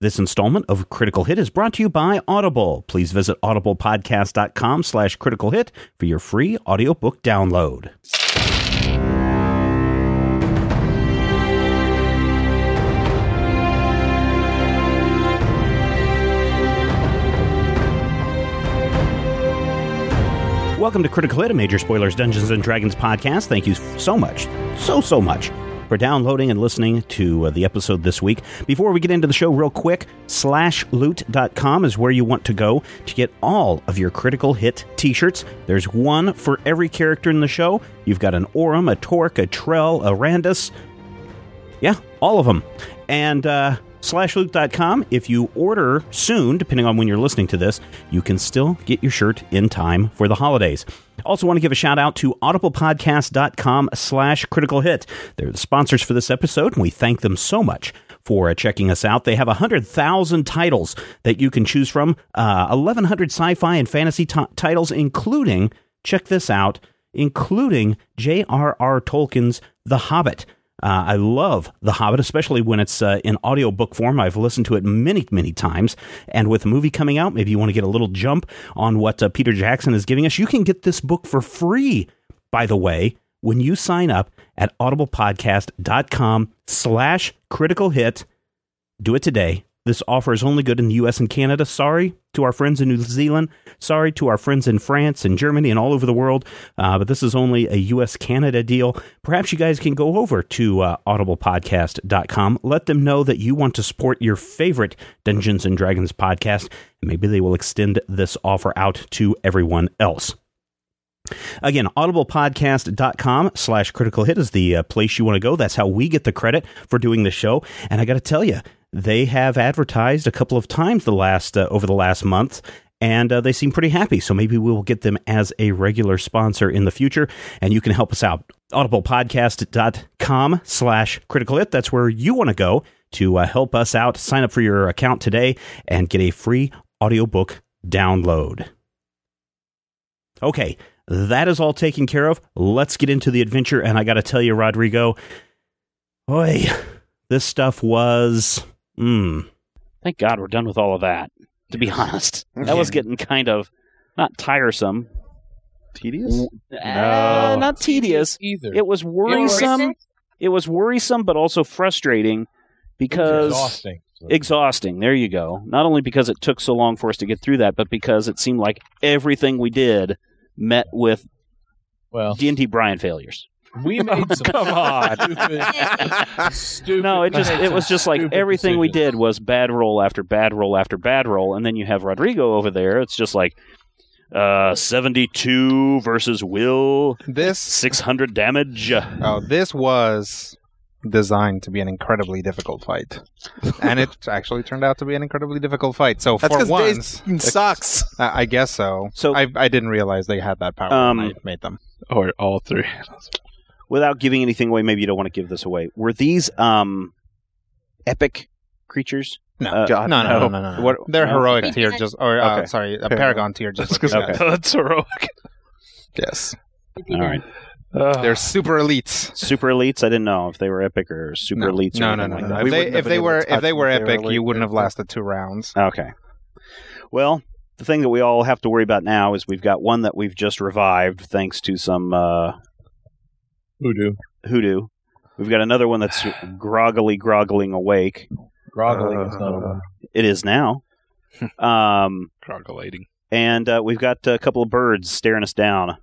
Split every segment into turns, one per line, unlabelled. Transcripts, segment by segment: This installment of Critical Hit is brought to you by Audible. Please visit audiblepodcast.com slash critical hit for your free audiobook download. Welcome to Critical Hit, a major spoilers Dungeons and Dragons podcast. Thank you so much, so, so much for downloading and listening to uh, the episode this week. Before we get into the show, real quick, slashloot.com is where you want to go to get all of your critical hit t shirts. There's one for every character in the show. You've got an Orum, a Torque, a Trell, a Randus, yeah, all of them. And uh, slashloot.com, if you order soon, depending on when you're listening to this, you can still get your shirt in time for the holidays. Also want to give a shout out to audiblepodcast.com slash critical hit. They're the sponsors for this episode, and we thank them so much for uh, checking us out. They have 100,000 titles that you can choose from, uh, 1,100 sci-fi and fantasy t- titles, including, check this out, including J.R.R. Tolkien's The Hobbit. Uh, I love The Hobbit, especially when it's uh, in audiobook form. I've listened to it many, many times. And with the movie coming out, maybe you want to get a little jump on what uh, Peter Jackson is giving us. You can get this book for free, by the way, when you sign up at audiblepodcast.com slash critical hit. Do it today. This offer is only good in the US and Canada. Sorry to our friends in New Zealand. Sorry to our friends in France and Germany and all over the world. Uh, but this is only a US Canada deal. Perhaps you guys can go over to uh, audiblepodcast.com. Let them know that you want to support your favorite Dungeons and Dragons podcast. And maybe they will extend this offer out to everyone else. Again, audiblepodcast.com slash critical hit is the uh, place you want to go. That's how we get the credit for doing the show. And I got to tell you, they have advertised a couple of times the last uh, over the last month. And uh, they seem pretty happy, so maybe we will get them as a regular sponsor in the future, and you can help us out. audiblepodcast.com slash critical hit. That's where you want to go to uh, help us out. Sign up for your account today and get a free audiobook download. Okay, that is all taken care of. Let's get into the adventure. And I got to tell you, Rodrigo, boy, this stuff was. Mm,
Thank God we're done with all of that. To be honest, that was getting kind of not tiresome,
tedious?
uh, not tedious.
either.
It was worrisome. It was worrisome, but also frustrating because
exhausting.
exhausting. There you go. Not only because it took so long for us to get through that, but because it seemed like everything we did met with
well,
D and T Brian failures.
we made some
Come on.
stupid, stupid.
No, it just it was just like
Stupid
everything we
decisions.
did was bad roll after bad roll after bad roll, and then you have Rodrigo over there. It's just like uh, seventy two versus Will,
This
six hundred damage.
oh, this was designed to be an incredibly difficult fight, and it actually turned out to be an incredibly difficult fight. So
That's
for
'cause they-
once,
sucks.
I I guess so.
So-
I, I didn't realize they had that power
Um,
when I made them.
Or all three.
Without giving anything away, maybe you don't want to give this away. Were these um, epic creatures?
No,
Uh,
no, no, no, no, no, no.
What-
They're
no?
heroic
Okay.
tier, just or uh,
Okay.
sorry, a
Paragon.
paragon tier, just like you guys.
That's heroic.
Yes,
All right,
Uh,
they're super elites.
super elites. I didn't know if they were epic or
no.
super elites.
No,
or
no,
anything
no,
like
no.
that.
If
We
they,
wouldn't have
if
been
they
able
were
to touch
if they
them
were
if they were
epic, you
elite.
wouldn't have lasted two rounds.
Okay. Well, the thing that we all have to worry about now is we've got one that we've just revived thanks to some uh,
hoodoo,
hoodoo. We've got another one that's groggily groggling awake.
groggling is not a word.
It is now. um,
Grogulating.
and uh, we've got a couple of birds staring us down,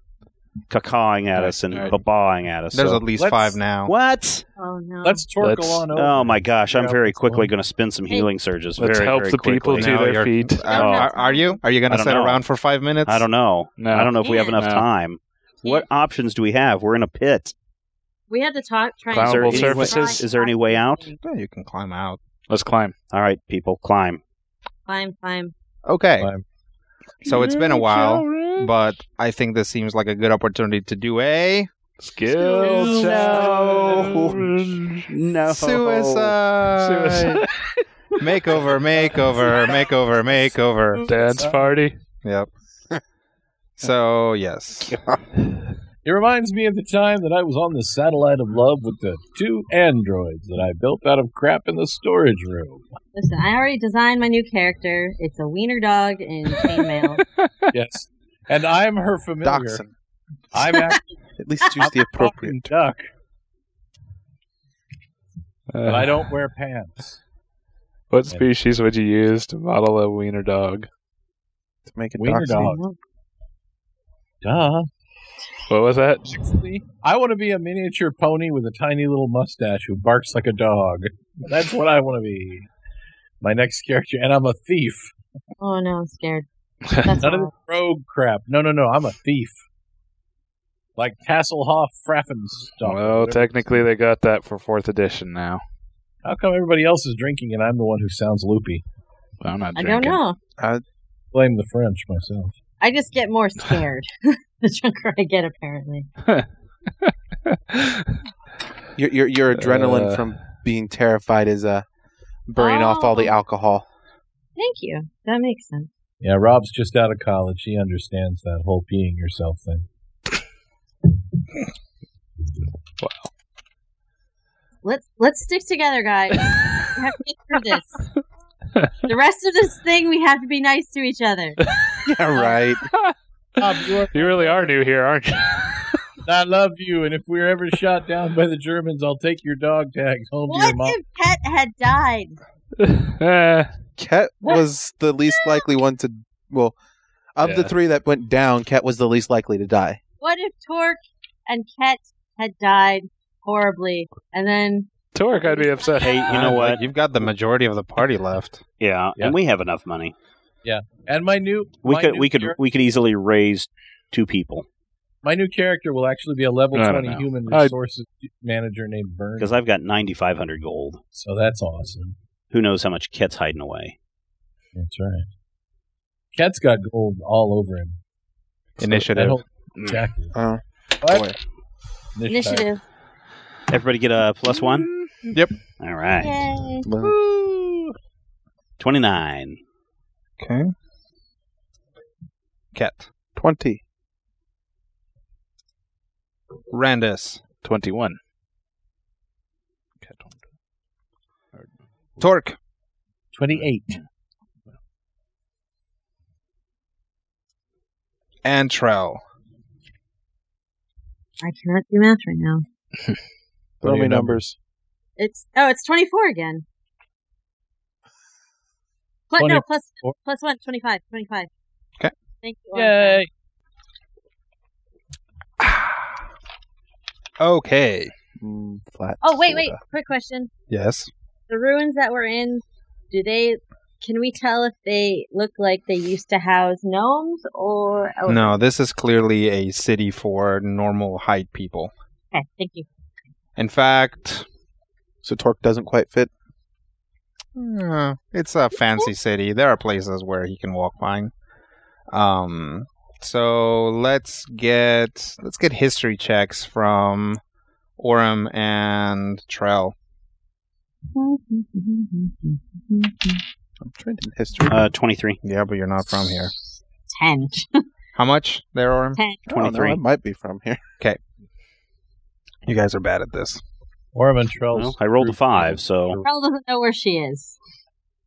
cacawing at us and
Alright.
babawing at us.
There's
So-
at least
let's-
five now.
what?
Oh no.
Let's torque
Let's-
on over.
Oh my gosh! I'm
Yeah,
very
let's
quickly
go.
going to spin some healing surges.
Let's
very,
help
very
the people
quickly.
to
Now
their
you're-
feet.
Uh, are, are you? Are you
I
going to
don't
sit
know.
around for five minutes?
I don't know.
No.
I don't know if we have
Yeah.
enough
No.
time. What options do we have? We're in a pit.
We had to talk. Try
Is there
Flammable
and
any-
surfaces?
Is there any way out?
Yeah, you can climb out.
Let's climb.
All right, people, climb.
Climb, climb.
Okay.
Climb.
So it's been a while, but I think this seems like a good opportunity to do a
Skill challenge.
No
suicide.
Suicide.
makeover, makeover, makeover, makeover.
Dance party.
Yep. So yes,
It reminds me of the time that I was on the satellite of love with the two androids that I built out of crap in the storage room.
Listen, I already designed my new character. It's a wiener dog in chainmail.
Yes. And I'm her familiar.
Dachshund.
I'm actually
At least use the appropriate.
a duck,
Uh,
but I don't wear pants.
What species would you use to model a wiener dog?
to make it
Wiener
dachshund.
dog. Duh.
What was that?
I want to be a miniature pony with a tiny little mustache who barks like a dog. That's what I want to be. My next character, and I'm a thief.
oh no, I'm scared. That's
None of
all.
this rogue crap. No, no, no. I'm a thief. Like Tasselhoff Fraffenstoff.
Well,
Whatever.
technically they got that for fourth edition now.
How come everybody else is drinking and I'm the one who sounds loopy?
I'm not
I
drinking.
don't know.
Blame the French myself.
I just get more scared the drunker I get, apparently.
Your your, your adrenaline
Uh.
from being terrified is uh, burning off all the
Oh.
alcohol.
Thank you. That makes sense.
Yeah, Rob's just out of college. He understands that whole peeing yourself thing.
Let's let's stick together, guys. we have to get through this. The rest of this thing, we have to be nice to each other.
Yeah, right.
Rob, you are,
You really are new here, aren't you?
I love you, and if we're ever shot down by the Germans, I'll take your dog tags home to
What
your mom.
if Pet had died?
Eh,
Ket
What?
was the least likely one to. Well, of the
Yeah.
three that went down, Ket was the least likely to die.
What if Torque and Ket had died horribly, and then
Torque, I'd be upset.
Hey, you know what?
You've got the majority of the party left.
Yeah,
Yeah.
and we have enough money.
And my new
We
my
could
new
we could
char-
we could easily raise two people
my new character will actually be a level
I don't
twenty
know.
human
I-
resources manager named Bernie.
because I've got ninety five hundred gold.
So that's awesome.
Who knows how much Ket's hiding away?
That's right. Cat's got gold all over him.
Initiative.
That whole- Exactly.
Oh,
What?
boy.
initiative?
Everybody get a plus one.
Yep.
All right,
Yay!
twenty nine.
Okay. Ket. 20. Randus.
21.
Torque.
Twenty-eight.
Antrell.
I cannot do math right now.
What are
Throw me
your
numbers.
It's oh, it's twenty four again. Plus, no, plus
24.
plus one, 25, 25.
'Kay.
Thank you. Orphan.
Yay!
Okay. Mm, flat.
Oh wait, wait,
soda.
quick question.
Yes.
The ruins that we're in, do they can we tell if they look like they used to house gnomes or oh, elephants?
No, this is clearly a city for normal height people.
Okay, thank you.
In fact, so Torque doesn't quite fit. Mm, it's a fancy city. There are places where he can walk fine. Um, so let's get let's get history checks from Orem and Trell. I'm trying to history.
Uh, twenty three.
yeah, but you're not from here.
Ten.
How much there, Orem?
Ten.
Twenty-three.
might be from here. Okay. You guys are bad at this.
Orman Trell's
Well, I rolled a five, so
Pearl doesn't know where she is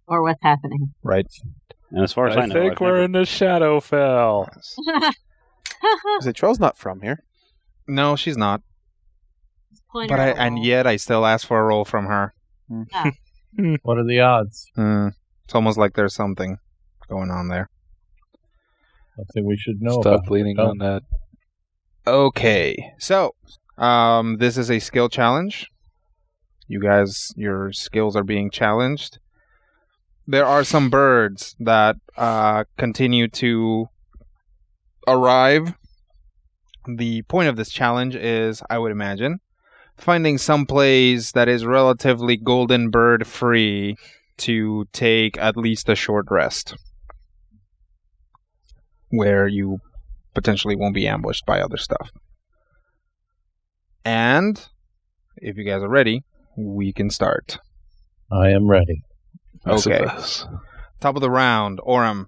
or what's happening.
Right.
and as far as I,
I
know,
think
I've
we're
never-
in the Shadowfell.
Say, Trell's not from here.
No, she's not.
Point
But I,
her out.
and yet I still ask for a roll from her.
What are the odds?
Hmm. it's almost like there's something going on there.
Something we should know about.
Stop leaning
Oh.
on that.
Okay, so um, this is a skill challenge. You guys, your skills are being challenged. There are some birds that uh, continue to arrive. The point of this challenge is, I would imagine, finding some place that is relatively golden bird free to take at least a short rest, where you potentially won't be ambushed by other stuff. And if you guys are ready, we can start.
I am ready.
I
Okay.
suppose.
Top of the round, Orem.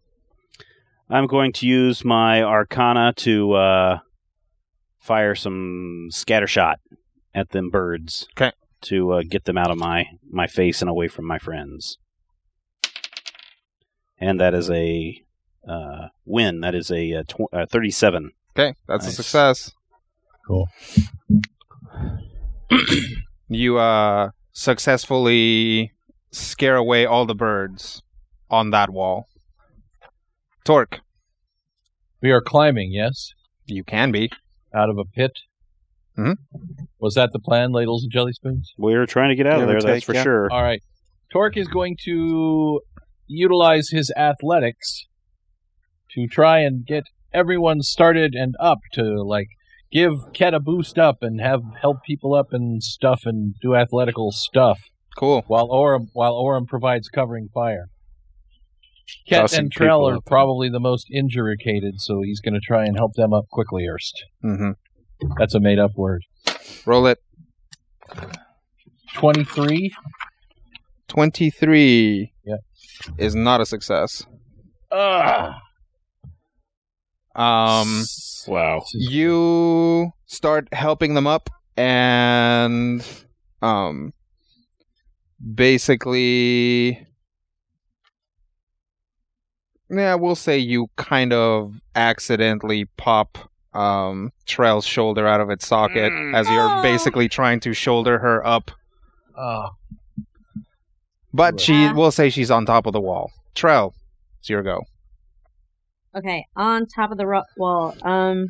I'm going to use my Arcana to uh, fire some scattershot at them birds.
'Kay.
To uh, get them out of my my face and away from my friends. And that is a uh, win. That is a, uh tw- uh, thirty-seven.
Okay, that's a
Nice.
success.
Cool.
you uh successfully scare away all the birds on that wall. Torque,
We are climbing, yes,
you can be.
out of a pit.
Mhm.
Was that the plan, ladles and jelly spoons?
We're trying to get out of
Give or
there. That's
take,
for
yeah.
sure.
All right. Torque is going to utilize his athletics to try and get everyone started and up to like give Ket a boost up and have help people up and stuff and do athletical stuff
Cool.
while Orim while Orim provides covering fire. Ket
Tossing
and Trell
people
are
up.
probably the most injuricated, so he's going to try and help them up quickly. Erst
hmm
that's a made up word.
Roll it.
Twenty three.
Twenty-three
Yeah.
is not a success. Um,
Wow.
you start helping them up and um basically yeah we'll say you kind of accidentally pop um trail's shoulder out of its socket as you're
Oh.
basically trying to shoulder her up
Oh,
but she
Ah.
we'll say she's on top of the wall trail it's your go
Okay, on top of the rock wall. Um,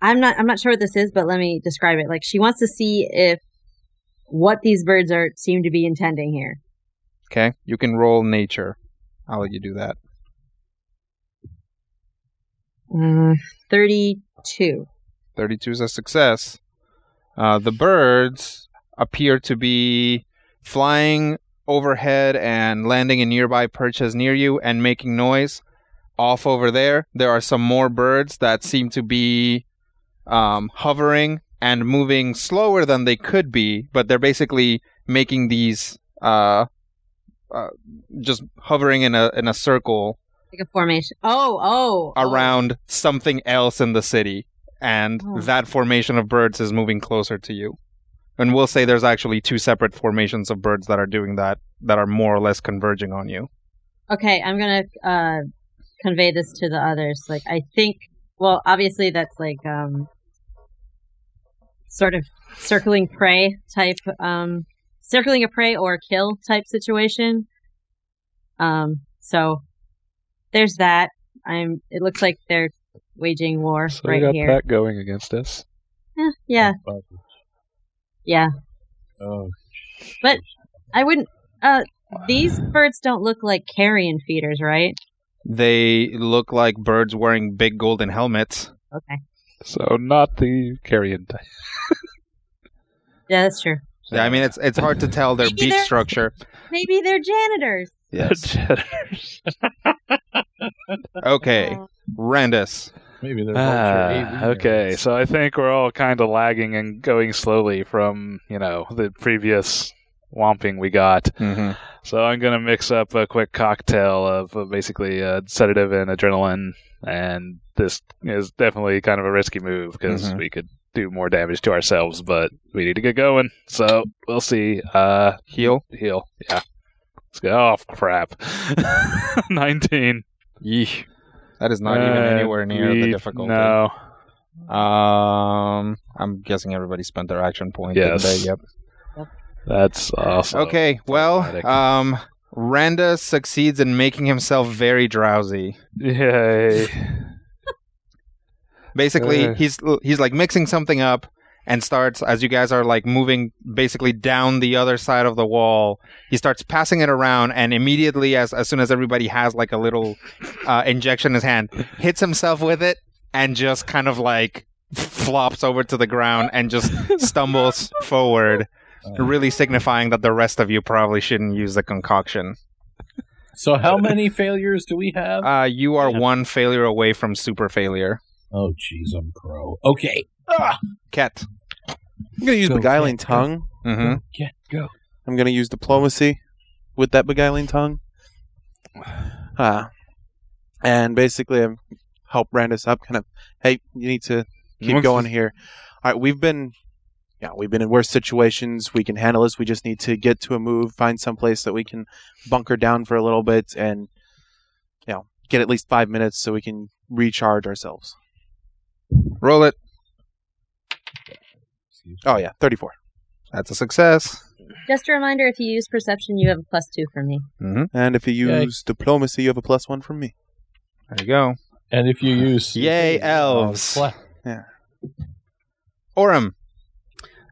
I'm not. I'm not sure what this is, but let me describe it. Like she wants to see if what these birds are seem to be intending here.
okay you can roll nature i'll let you do that
Uh, Thirty-two.
32 is a success. Uh, the birds appear to be flying overhead and landing in nearby perches near you and making noise. Off over there, there are some more birds that seem to be um, hovering and moving slower than they could be, but they're basically making these uh, uh, just hovering in a in a circle
Like a formation. Oh, oh. oh.
around something else in the city, and
Oh.
that formation of birds is moving closer to you. And we'll say there's actually two separate formations of birds that are doing that, that are more or less converging on you.
Okay, I'm gonna uh, convey this to the others. Like, I think. Well, obviously, that's like um, sort of circling prey type, um, circling a prey or kill type situation. Um, so there's that. I'm. It looks like they're waging war
So we
right
got
here.
that going against us.
Eh, yeah, yeah.
Oh,
I wouldn't. Uh, these birds don't look like carrion feeders, right?
They look like birds wearing big golden helmets.
Okay,
So not the carrion type.
yeah, that's true.
Yeah, I mean it's it's hard to tell their
Maybe
beak
they're-
structure.
Maybe they're janitors.
Okay,
Uh,
Randus.
maybe they're vulture
Ah,
AV
okay.
nerds.
So I think we're all kind of lagging and going slowly from you know the previous whomping we got.
Mm-hmm.
So I'm gonna mix up a quick cocktail of uh, basically uh, sedative and adrenaline, and this is definitely kind of a risky move because
Mhm.
we could do more damage to ourselves, but we need to get going. So we'll see. Uh,
Heal.
heal, yeah. Let's go. Oh crap, nineteen.
Yeesh. That is not even
Uh,
anywhere near the
we-
difficulty.
No,
Um, I'm guessing everybody spent their action point. didn't
Yes.
they? Yep.
that's awesome.
Okay, well,
problematic.
um, Randa succeeds in making himself very drowsy.
Yay.
Basically,
Uh.
he's he's like mixing something up and starts as you guys are like moving basically down the other side of the wall. He starts passing it around and immediately as as soon as everybody has like a little uh, injection in his hand, hits himself with it and just kind of like flops over to the ground and just stumbles forward, really signifying that the rest of you probably shouldn't use the concoction.
So how many failures do we have?
Uh, you are one failure away from super failure.
Oh, jeez, I'm pro. Okay.
Ket.
I'm gonna use
Go,
beguiling
Cat, go.
tongue.
Mm-hmm.
Hmm?
Yeah, go.
I'm gonna use diplomacy with that beguiling tongue. Ah, and basically, I'm help round us up. Kind of, hey, you need to keep
Amongst
going
us.
here. All right, we've been, yeah, we've been in worse situations. We can handle this. We just need to get to a move, find someplace that we can bunker down for a little bit, and you know, get at least five minutes so we can recharge ourselves.
Roll it.
Oh yeah, thirty-four.
That's a success.
Just a reminder: if you use perception, you have a plus two from me.
Mm-hmm.
And if you
Yay.
use diplomacy, you have a plus one from me.
There you go.
And if you use Oh,
Yay, elves.
Pla-
Orem.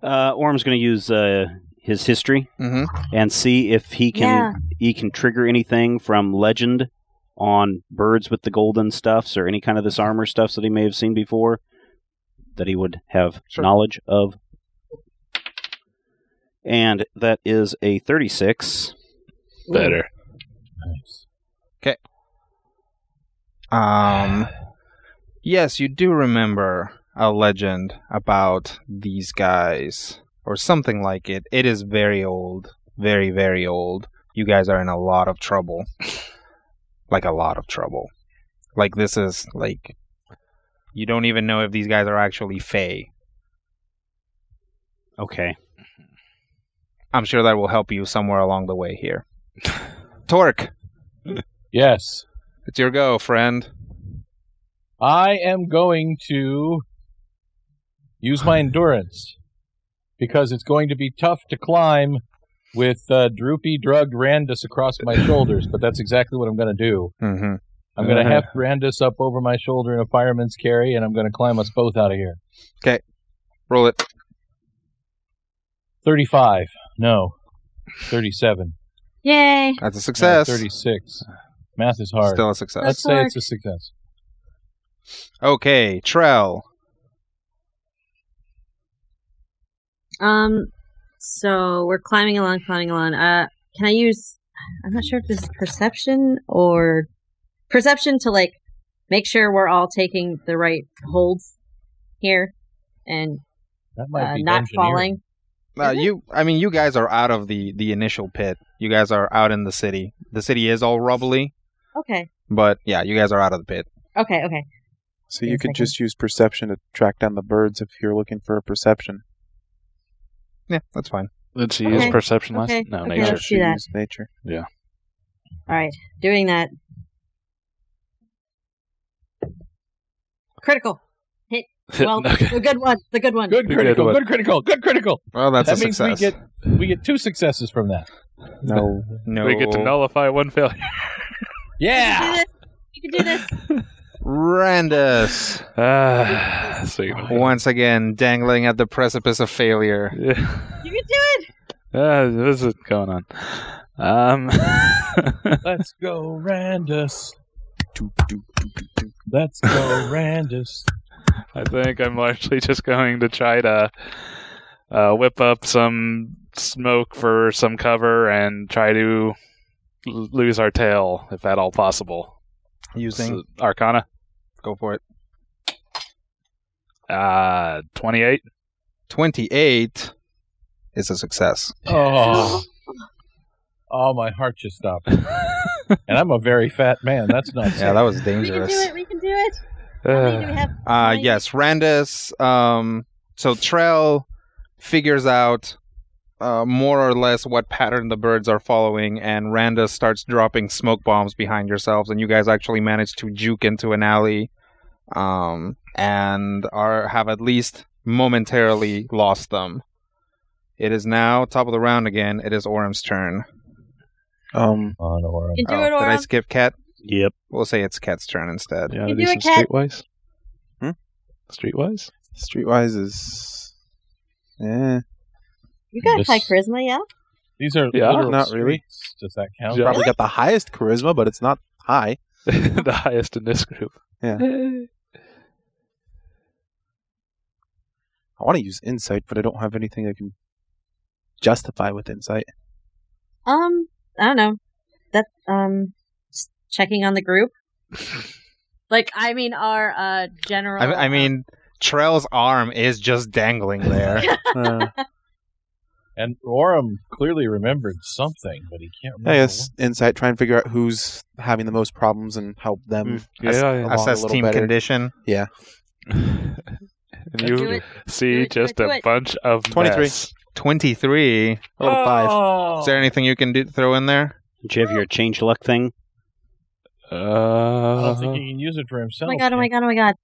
Uh, Orm's going to use uh, his history
Mm-hmm.
and see if he can
Yeah.
he can trigger anything from legend on birds with the golden stuffs or any kind of this armor stuffs that he may have seen before that he would have
Sure.
knowledge of. And that is a 36.
Better.
Um, yes, you do remember a legend about these guys, or something like it. It is very old, very, very old. You guys are in a lot of trouble. like, a lot of trouble. Like, this is, like, you don't even know if these guys are actually Fae.
Okay.
I'm sure that will help you somewhere along the way here. Torque,
Yes.
it's your go, friend.
I am going to use my endurance because it's going to be tough to climb with uh, droopy, drugged Randus across my shoulders, but that's exactly what I'm going to do.
Mm-hmm.
I'm going to
Uh-huh.
heft Randus up over my shoulder in a fireman's carry, and I'm going to climb us both out of here.
Roll it.
35. No. 37.
Yay!
That's a
No,
success.
36. Math is hard.
Still a success.
Let's say it's a success.
Okay, Trell.
Um, so we're climbing along, climbing along. Uh, can I use? I'm not sure if this is perception or perception to like make sure we're all taking the right holds here and
That might
uh,
be
not
engineering.
falling.
Uh,
Is it?
you, I mean, you guys are out of the the initial pit. You guys are out in the city. The city is all rubbly,
Okay.
but yeah, you guys are out of the pit.
Okay. Okay.
So
Yes,
you
I can.
could just use perception to track down the birds if you're looking for a perception.
Yeah, that's fine.
Did she use
Okay.
perception last?
Okay.
No,
Okay,
nature.
let's do that.
Use nature.
All right. Doing that. Critical. Well,
Okay.
the good one. The good one.
Good
Good
critical.
one.
Good critical. Good critical.
Well, that's
that
a
means
success.
we get we get two successes from that.
No.
no,
We get to nullify one failure.
Yeah.
You can do this.
Randus
Ah, sweet.
once again dangling at the precipice of failure.
Yeah.
You can do it.
Ah, this is going on. Um,
Let's go, Randus. Let's go, Randus.
I think I'm largely just going to try to uh, whip up some smoke for some cover and try to l- lose our tail, if at all possible.
Using,
S- Arcana,
go for it.
uh, 28.
Twenty-eight is a success.
Oh. Oh, my heart just stopped. And I'm a very fat man. That's not
Yeah,
safe.
that was
We can do
dangerous.
it. We can do it. How many do we
Uh,
have?
Uh, yes, Randus. Um, so Trell figures out uh, more or less what pattern the birds are following, and Randus starts dropping smoke bombs behind yourselves, and you guys actually manage to juke into an alley, um, and are have at least momentarily lost them. It is now top of the round again. It is Orem's turn.
Um,
On or
You can do
Oh,
it,
did I
Oram.
skip Cat?
Yep.
We'll say it's Cat's turn instead.
yeah,
You
do
do
some
it, Cat.
streetwise.
Hmm?
Streetwise?
Streetwise is. eh, Yeah.
You got
This-
high charisma, yeah?
These are
Yeah,
literal
not really.
streets. Does that count?
Yeah.
Probably got the highest charisma, but it's not high.
the highest in this group.
Yeah. I want to use insight, but I don't have anything I can justify with insight.
Um, I don't know. That um, just checking on the group. like, I mean, our uh general.
I, I mean, Trell's arm is just dangling there.
Uh,
And Oram clearly remembered something, but he can't remember.
I guess insight. Try and figure out who's having the most problems and help them.
Yeah, yeah.
along a
Mm, Assess
little
team
better.
condition.
and
uh, Do
you
it. Do
see
it, do
just
it, do
a
it.
bunch of
23.
mess.
23.
A little
Oh.
five.
Oh.
Is
Oh.
there anything you can do, throw in there?
Did you have your change luck thing?
I
Uh,
don't think he can use it for himself.
Oh my god, oh my god, oh my god.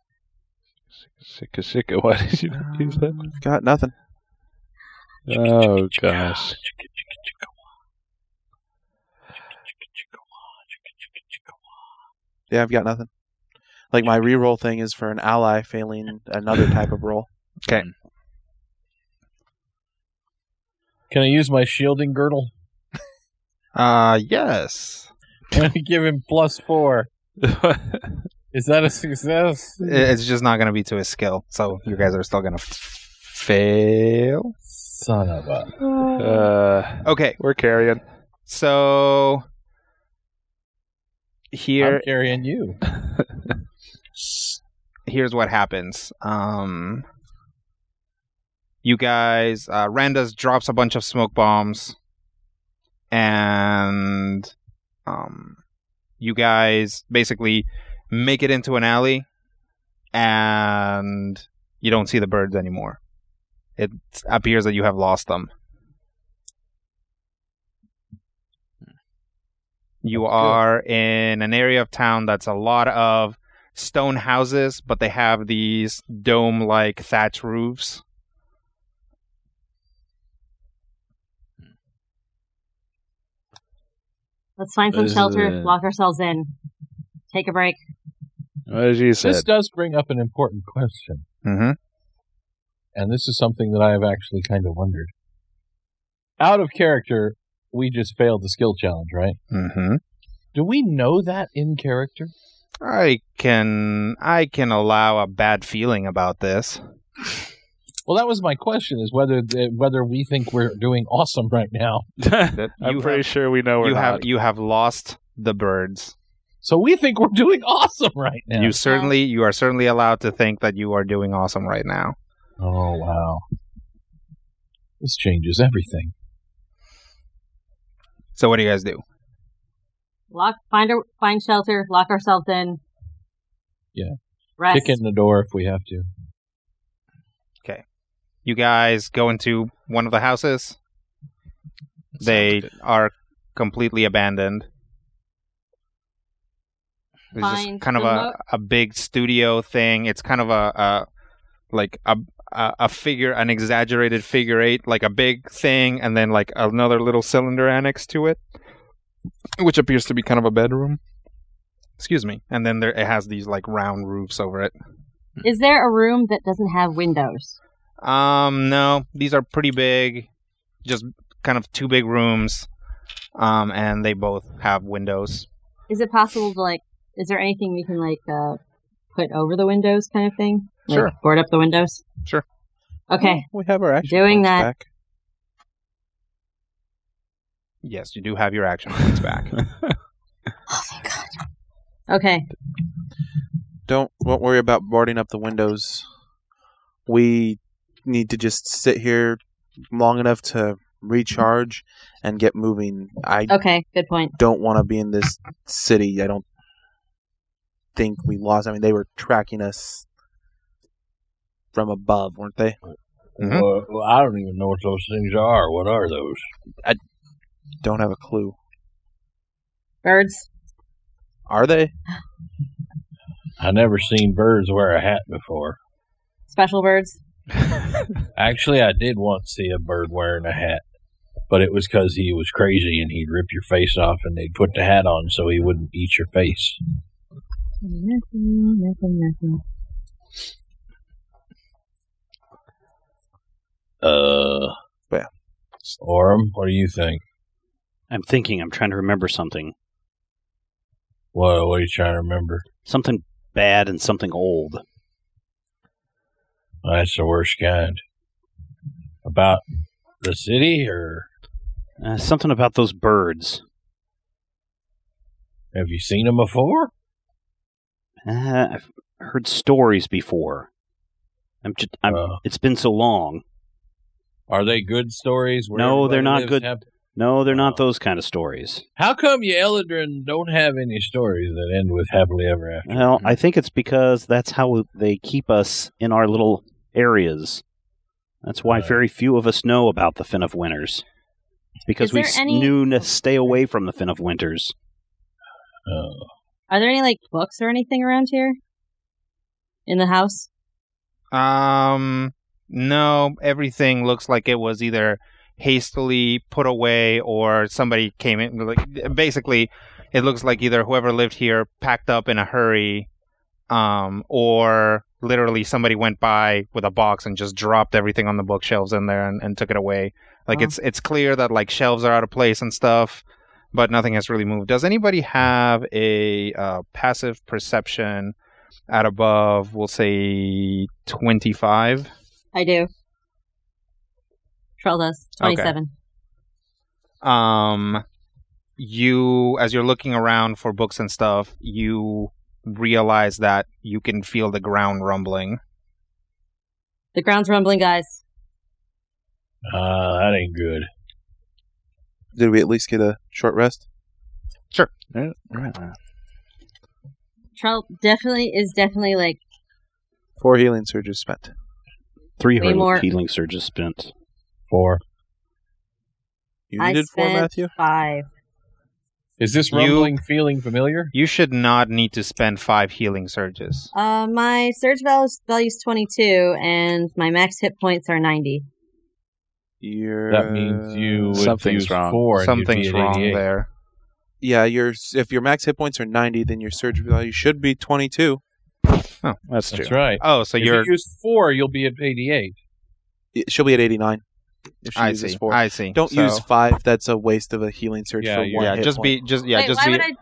Shika shika, why did you not use that?
Got nothing.
Oh gosh.
Yeah, I've got nothing. Like my reroll thing is for an ally failing another type of roll.
Can I use my shielding girdle?
Uh, yes.
Can I give him plus four? Is that a success?
Hmm.
I- It's just not going to be to his skill, so you guys are still going to fail.
Son of a.
uh,
Okay,
we're carrying.
so
I'm
here
carrying you.
here's what happens. Um, you guys, uh, Randas drops a bunch of smoke bombs, and um, you guys basically make it into an alley, and you don't see the birds anymore. It appears that you have lost them. You are in an area of town that's a lot of stone houses, but they have these dome like thatch roofs.
Let's find some
This is
shelter,
a-
lock ourselves in, take a break.
What did you say?
This does bring up an important question,
Mm-hmm.
and this is something that I have actually kind of wondered. Out of character, we just failed the skill challenge, right?
Mm-hmm.
Do we know that in character?
I can I can allow a bad feeling about this.
Well, that was my question: is whether the, whether we think we're doing awesome right now.
That
I'm
you
pretty
have,
sure we know we're
you
not.
have you have lost the birds.
So we think we're doing awesome right now.
You certainly you are certainly allowed to think that you are doing awesome right now.
oh wow! This changes everything.
So what do you guys do?
Lock, find our, find shelter, lock ourselves in.
Yeah.
Rest.
Kick in the door if we have to.
You guys go into one of the houses. They are completely abandoned. There's just
Find
kind of a,
remote-
a big studio thing. It's kind of a, a like a, a a figure, an exaggerated figure eight, like a big thing, and then like another little cylinder annexed to it, which appears to be kind of a bedroom. Excuse me. And then there it has these like round roofs over it.
Is there a room that doesn't have windows?
Um, no, these are pretty big, just kind of two big rooms, um, and they both have windows.
Is it possible to like? Is there anything we can like uh, put over the windows, kind of thing? Like,
Sure.
Board up the windows.
Sure.
Okay.
We have our action.
Doing
points
that.
Back.
Yes, you do have your action points back.
Oh thank God. Okay.
Don't won't worry about boarding up the windows. We need to just sit here long enough to recharge and get moving. I
Okay. Good point.
don't want to be in this city. I don't think we lost. I mean, they were tracking us from above, weren't they?
Mhm.
Well, well, I don't even know what those things are. What are those?
Don't have a clue.
Birds.
Are they?
I never seen birds wear a hat before.
Special birds.
Actually, I did once see a bird wearing a hat, but it was because he was crazy and he'd rip your face off and they'd put the hat on so he wouldn't eat your face.
Nothing. Nothing. Nothing.
Uh.
Yeah.
Orem, what do you think?
I'm thinking. I'm trying to remember something.
What, what are you trying to remember?
Something bad and something old.
That's the worst kind. About the city, or
Uh, something about those birds.
have you seen them before?
Uh, I've heard stories before. I'm just. I'm,
Uh,
it's been so long.
Are they good stories? where
No,
everybody
they're not
lives
good.
hap-
No, they're not
Oh.
those kind of stories.
How come you Eldrin don't have any stories that end with happily ever after?
Well, I think it's because that's how they keep us in our little areas. That's why
Right.
very few of us know about the Fin of Winters. It's because
Is
we
there
s-
any-
knew to stay away from the Fin of Winters.
Oh.
Are there any like books or anything around here in the house?
Um, no, everything looks like it was either hastily put away or somebody came in. Like basically, it looks like either whoever lived here packed up in a hurry, um, or literally somebody went by with a box and just dropped everything on the bookshelves in there and, and took it away. Like
Wow.
it's it's clear that like shelves are out of place and stuff, but nothing has really moved. Does anybody have a uh, passive perception? at above, we'll say 25.
I do. Troll does.
Okay.
27.
Um, you, as you're looking around for books and stuff, you realize that you can feel the ground rumbling.
The ground's rumbling, guys.
Ah, that ain't good.
Did we at least get a short rest?
e-
Troll definitely is definitely like
Four healing surges spent.
Three
Way
heal-
more-
healing surges spent.
Four.
You
I
needed four,
spent-
Matthew.
five.
Is this
You-
rumbling feeling familiar?
You should not need to spend five healing surges.
Uh, my surge val- value's 22, and my max hit points are 90.
You're
That
Uh,
means you would
Something's
use
wrong.
four. and you'd be
Something's
at
wrong
88.
there.
Yeah, your if your max hit points are ninety, then your surge value should be twenty two.
That's true.
That's right.
Oh, so
if
you're.
you use four, you'll be at 88.
She'll be at eighty nine. If she
I
uses
see.
four,
I see.
don't
So-
use five. That's a waste of a healing surge
Yeah,
for
yeah.
one.
Yeah,
hit
just
point.
be. Just yeah,
Wait,
just
why
be.
would I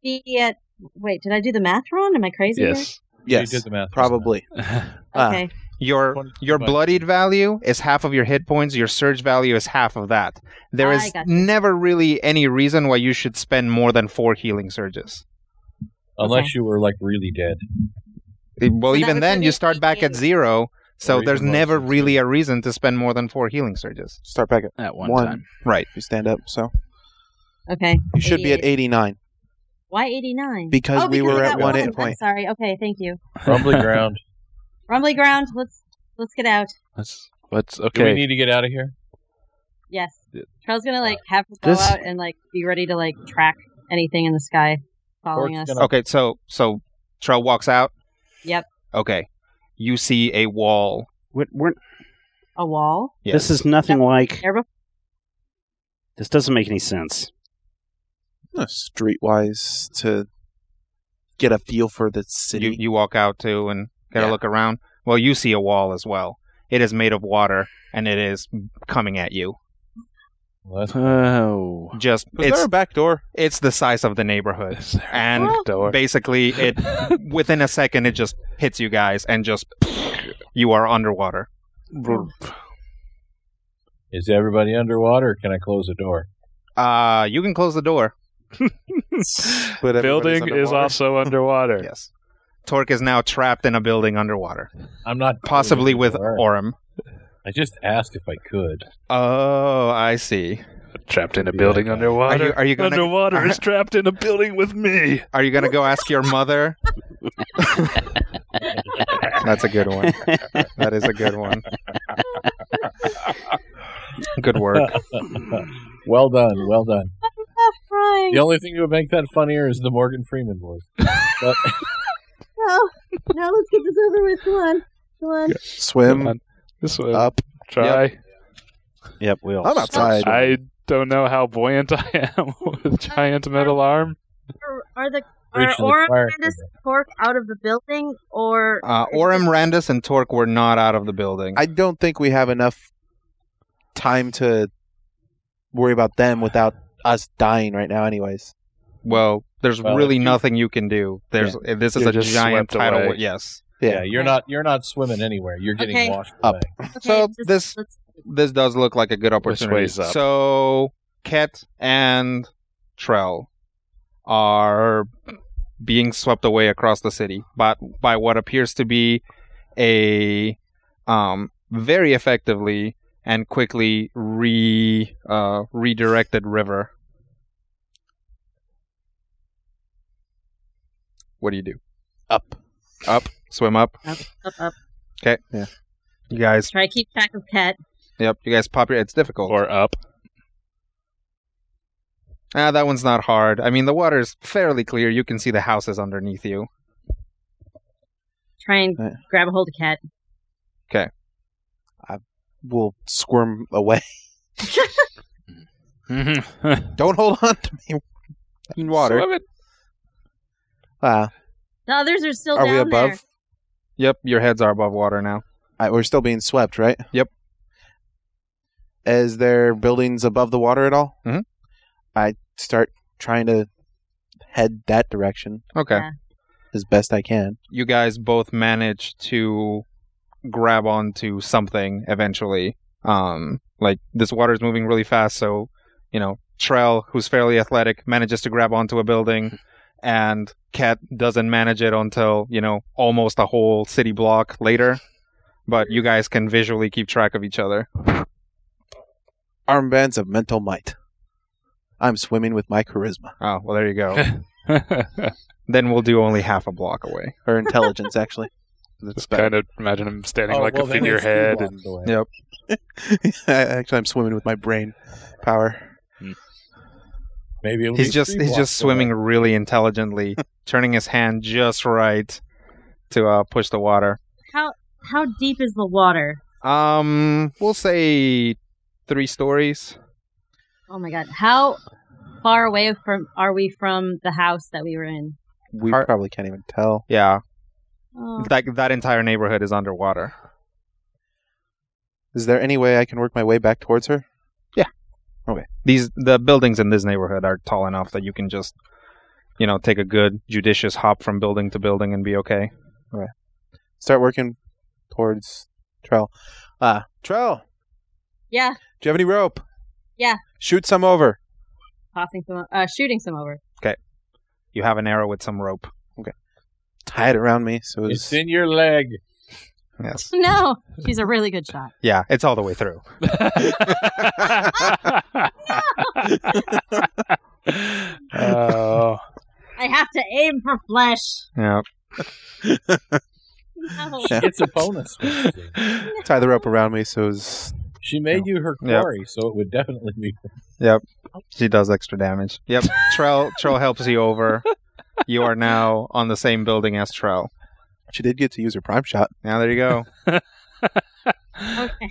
be at. Wait, did I do the math wrong? Am I crazy? here?
Yes.
yes,
You did the math.
probably. Ah.
Okay.
your
22
your
bucks.
bloodied value is half of your hit points your surge value is half of that there
Oh, I
is
gotcha.
never really any reason why you should spend more than four healing surges
Unless you were like really dead.
It- Eh,
So
well
that
even
would
then
put
you
it
start back at
88.
zero so
Or
there's
even less
never
than
really a reason to spend more than four healing surges
Start back at
At one,
One.
time.
right
you stand up. So
Okay.
you should be at eighty nine
Why 89?
because
oh,
we were
I
at
got
one
I'm
hit point.
sorry. Okay, thank you.
Rumbly ground.
Rumbly ground. Let's let's get out.
Let's, let's
Do we
okay.
need to get out of here?
Yes.
Yeah.
Charles gonna like have us go
This-
out and like be ready to like track anything in the sky following us.
Orc's gonna-
okay so so trell walks out
Yep.
okay you see a wall
We're, we're,
A wall.
yes.
This is nothing like.
There bef-
This doesn't make any sense.
No, streetwise to get a feel for the
you,
city.
you walk out too and get a
Yeah.
look around well you see a wall as well it is made of water and it is coming at you
Well, that's-
Oh.
just
Was
it's
there a back door?
it's the size of the neighborhood
Is there a
and
back door?
basically it within a second it just hits you guys and just you are underwater
Is everybody underwater? Or can I close the door?
uh you can close the door
But everybody's
Building is
underwater.
also underwater.
yes torque is now trapped in a building underwater
I'm not
possibly with
or.
orim
I just asked if I could.
oh i see
Trapped in a
Yeah.
building
are
underwater.
you, are you gonna
underwater is trapped in a building with me.
are you gonna go ask your mother that's a good one that is a good one good work
Well done, well done.
Stop crying.
The only thing that would make that funnier is the Morgan Freeman voice. But
No, no. Oh, Let's get this over with. Come on, come on.
Come
swim
on. This way.
up.
Try.
Yep, we all.
I'm outside.
I don't know how buoyant I am with giant metal arm.
Are, are the
Reach
are
for the
Orm
choir.
and this cork out of the building or
uh, orim randus and torque were not out of the building
I don't think we have enough time to worry about them without us dying right now. Anyways,
Well, there's
Well,
really
if you-
nothing you can do. There's this is
You're
a
just
giant
swept
tidal.
away.
wa- Yes,
yeah, you're not you're not swimming anywhere. You're getting
Okay.
washed
Up.
away.
Okay,
so
just-
this-
let's-
this does look like a good
Which
opportunity.
way's up?
So, Ket and Trell are being swept away across the city, but by what appears to be a um, very effectively and quickly re uh, redirected River. What do you do?
Up.
Up. Swim up.
Up, up.
You guys.
Try to keep track of Cat.
Yep. You guys pop your. It's difficult.
or up.
Ah, that one's not hard. I mean, the water's fairly clear. You can see the houses underneath you.
Try and
Right.
grab a hold of Cat.
We'll squirm away. Mm-hmm.
Water.
Don't hold on to me.
In water.
Uh,
The others are still
are
down
we above?
there.
Yep. Your heads are above water now.
I, we're still being swept, right?
Yep.
Is there buildings above the water at all?
Mhm.
I start trying to head that direction
Okay.
Yeah.
as best I can.
You guys both manage to grab onto something eventually. Um, like this water's moving really fast, so you know Trell, who's fairly athletic, manages to grab onto a building, and Cat doesn't manage it until you know almost a whole city block later. But you guys can visually keep track of each other.
Armbands of mental might. I'm swimming with my charisma
Oh, well, there you go. then we'll do only half a block away.
or intelligence, actually. That's
Just kind of imagine him standing
Oh,
like
well,
a
then it's two
figurehead
blocks
and
away.
Yeah.
actually, I'm swimming with my brain power.
Maybe it'll
He's
be
just
three
he's
blocks
just swimming
away.
really intelligently, turning his hand just right to uh, push the water.
How how deep is the water?
Um, we'll say three stories.
Oh my god. How far away from are we from the house that we were in?
We
Are-
probably can't even tell.
Yeah,
Oh,
like that entire neighborhood is underwater.
Is there any way I can work my way back towards her?
These the buildings in this neighborhood are tall enough that you can just, you know, take a good judicious hop from building to building and be okay.
Start working towards Trell. Uh, Trell,
yeah,
do you have any rope?
Yeah.
Shoot some over.
tossing some, uh, shooting some over.
You have an arrow with some rope.
Tie it around me. So
It's in your leg.
Yes.
No, she's a really good shot.
Yeah, it's all the way through.
oh,
I have to aim for flesh.
Yeah.
No.
Yeah.
It's a bonus. basically.
tie the rope around me so it's
She made you her
Yep.
quarry, so it would definitely be.
She does extra damage. Yep. Trell Trell helps you over. You are now on the same building as Trell.
she did get to use her prime shot.
Now there you go.
Okay.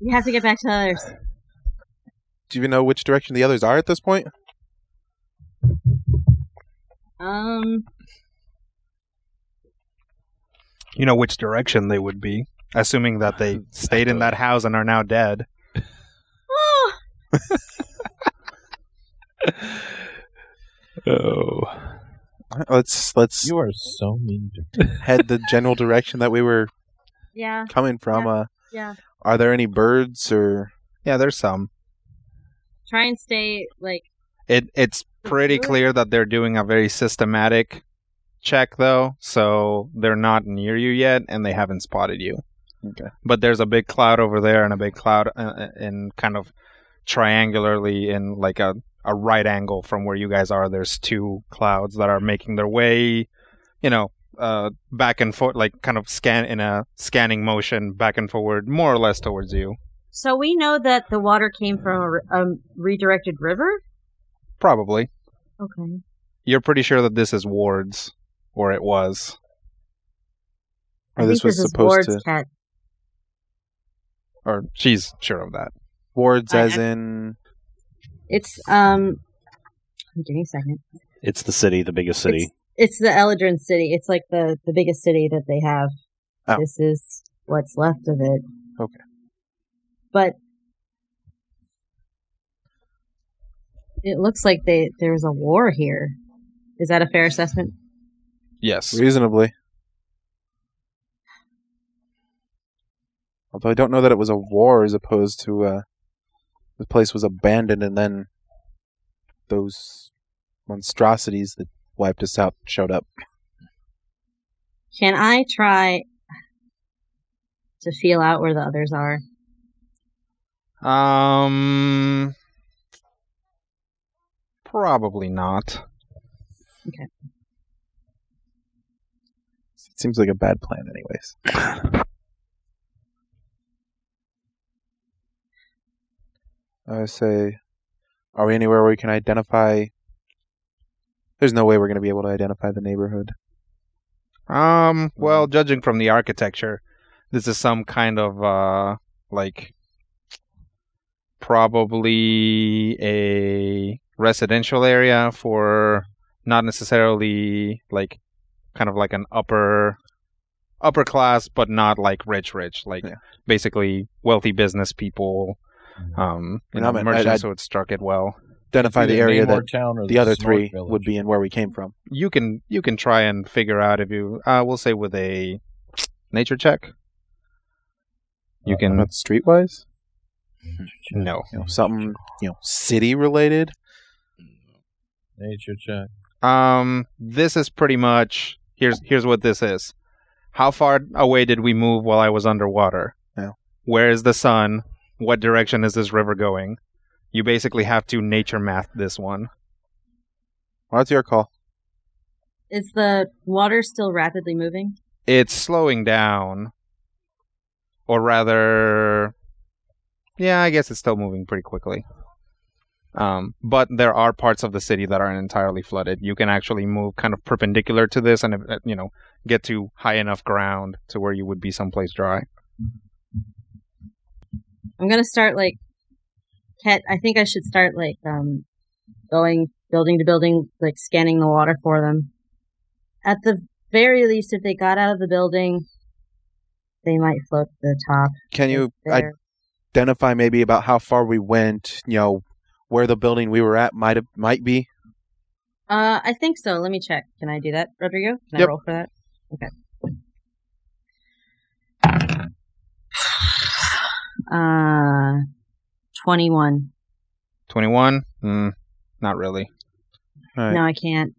You have to get back to the others.
Do you know which direction the others are at this point?
Um,
You know which direction they would be, assuming that they stayed in that house and are now dead.
oh,
oh,
Uh, Let's let's
You are so mean. to
head the general direction that we were
yeah,
coming from. Uh,
yeah.
are there any birds or
Yeah, there's some.
Try and stay like
It it's pretty clear that they're doing a very systematic check though, so they're not near you yet and they haven't spotted you.
Okay.
But there's a big cloud over there and a big cloud uh, in kind of triangularly in like a a right angle from where you guys are. There's two clouds that are making their way, you know, uh back and forth like kind of scan in a scanning motion back and forward more or less towards you.
so. We know that the water came from a, re- a redirected river.
Probably.
Okay.
You're pretty sure that this is Ward's or it was.
I
or this
think
was
is
supposed
Ward's
to
cat.
or she's sure of that.
wards
I-
as
I-
in
It's um. Give me a second.
It's the city, the biggest city.
It's, it's the Eldrin city. It's like the the biggest city that they have.
Oh.
This is what's left of it.
Okay.
But it looks like they there's a war here. Is that a fair assessment?
Yes.
reasonably. Although I don't know that it was a war as opposed to uh, the place was abandoned and then those monstrosities that wiped us out showed up.
Can I try to feel out where the others are?
Um, probably not.
It seems like a bad plan, anyways. I say, are we anywhere where we can identify? There's no way we're going to be able to identify the neighborhood.
Um, well, judging from the architecture, this is some kind of uh like probably a residential area for not necessarily like kind of like an upper upper class but not like rich rich like
Yeah.
basically wealthy business people
Uh,
um you
And
know,
I'm an- I-
merchants
I-
so it struck it well
Identify the
Either
area
Namor
that
town or
the other
Snort
three
village.
would be in where we came from.
you can you can try and figure out if you uh we'll say with a nature check you can
Not streetwise?
no
You know, something, you know, city related?
Nature check.
Um, this is pretty much here's here's what this is. How far away did we move while I was underwater?
Yeah.
Where is the sun? What direction is this river going? You basically have to nature math this one.
Well, that's your call.
Is the water still rapidly moving?
It's slowing down, or rather, yeah, I guess it's still moving pretty quickly. Um, but there are parts of the city that aren't entirely flooded. You can actually move kind of perpendicular to this, and uh, you know, get to high enough ground to where you would be someplace dry.
I'm gonna start like cat. I think I should start like um going building to building, like scanning the water for them. At the very least, if they got out of the building, they might float to the top.
Can you
If they're-
identify maybe about how far we went? You know, where the building we were at might have, might be.
Uh, I think so. Let me check. Can I do that, Rodrigo? Can I
Yep.
roll for that? Okay. Uh, twenty-one.
Twenty-one? Mm, not really.
Right.
No, I can't.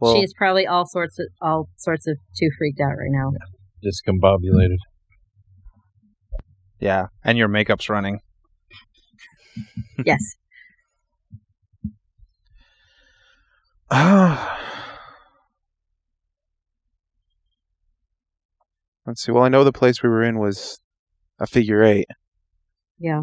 Well,
she is probably all sorts of all sorts of too freaked out right now.
Discombobulated.
Yeah, and your makeup's running.
yes.
Let's see. Well, I know the place we were in was a figure eight.
Yeah.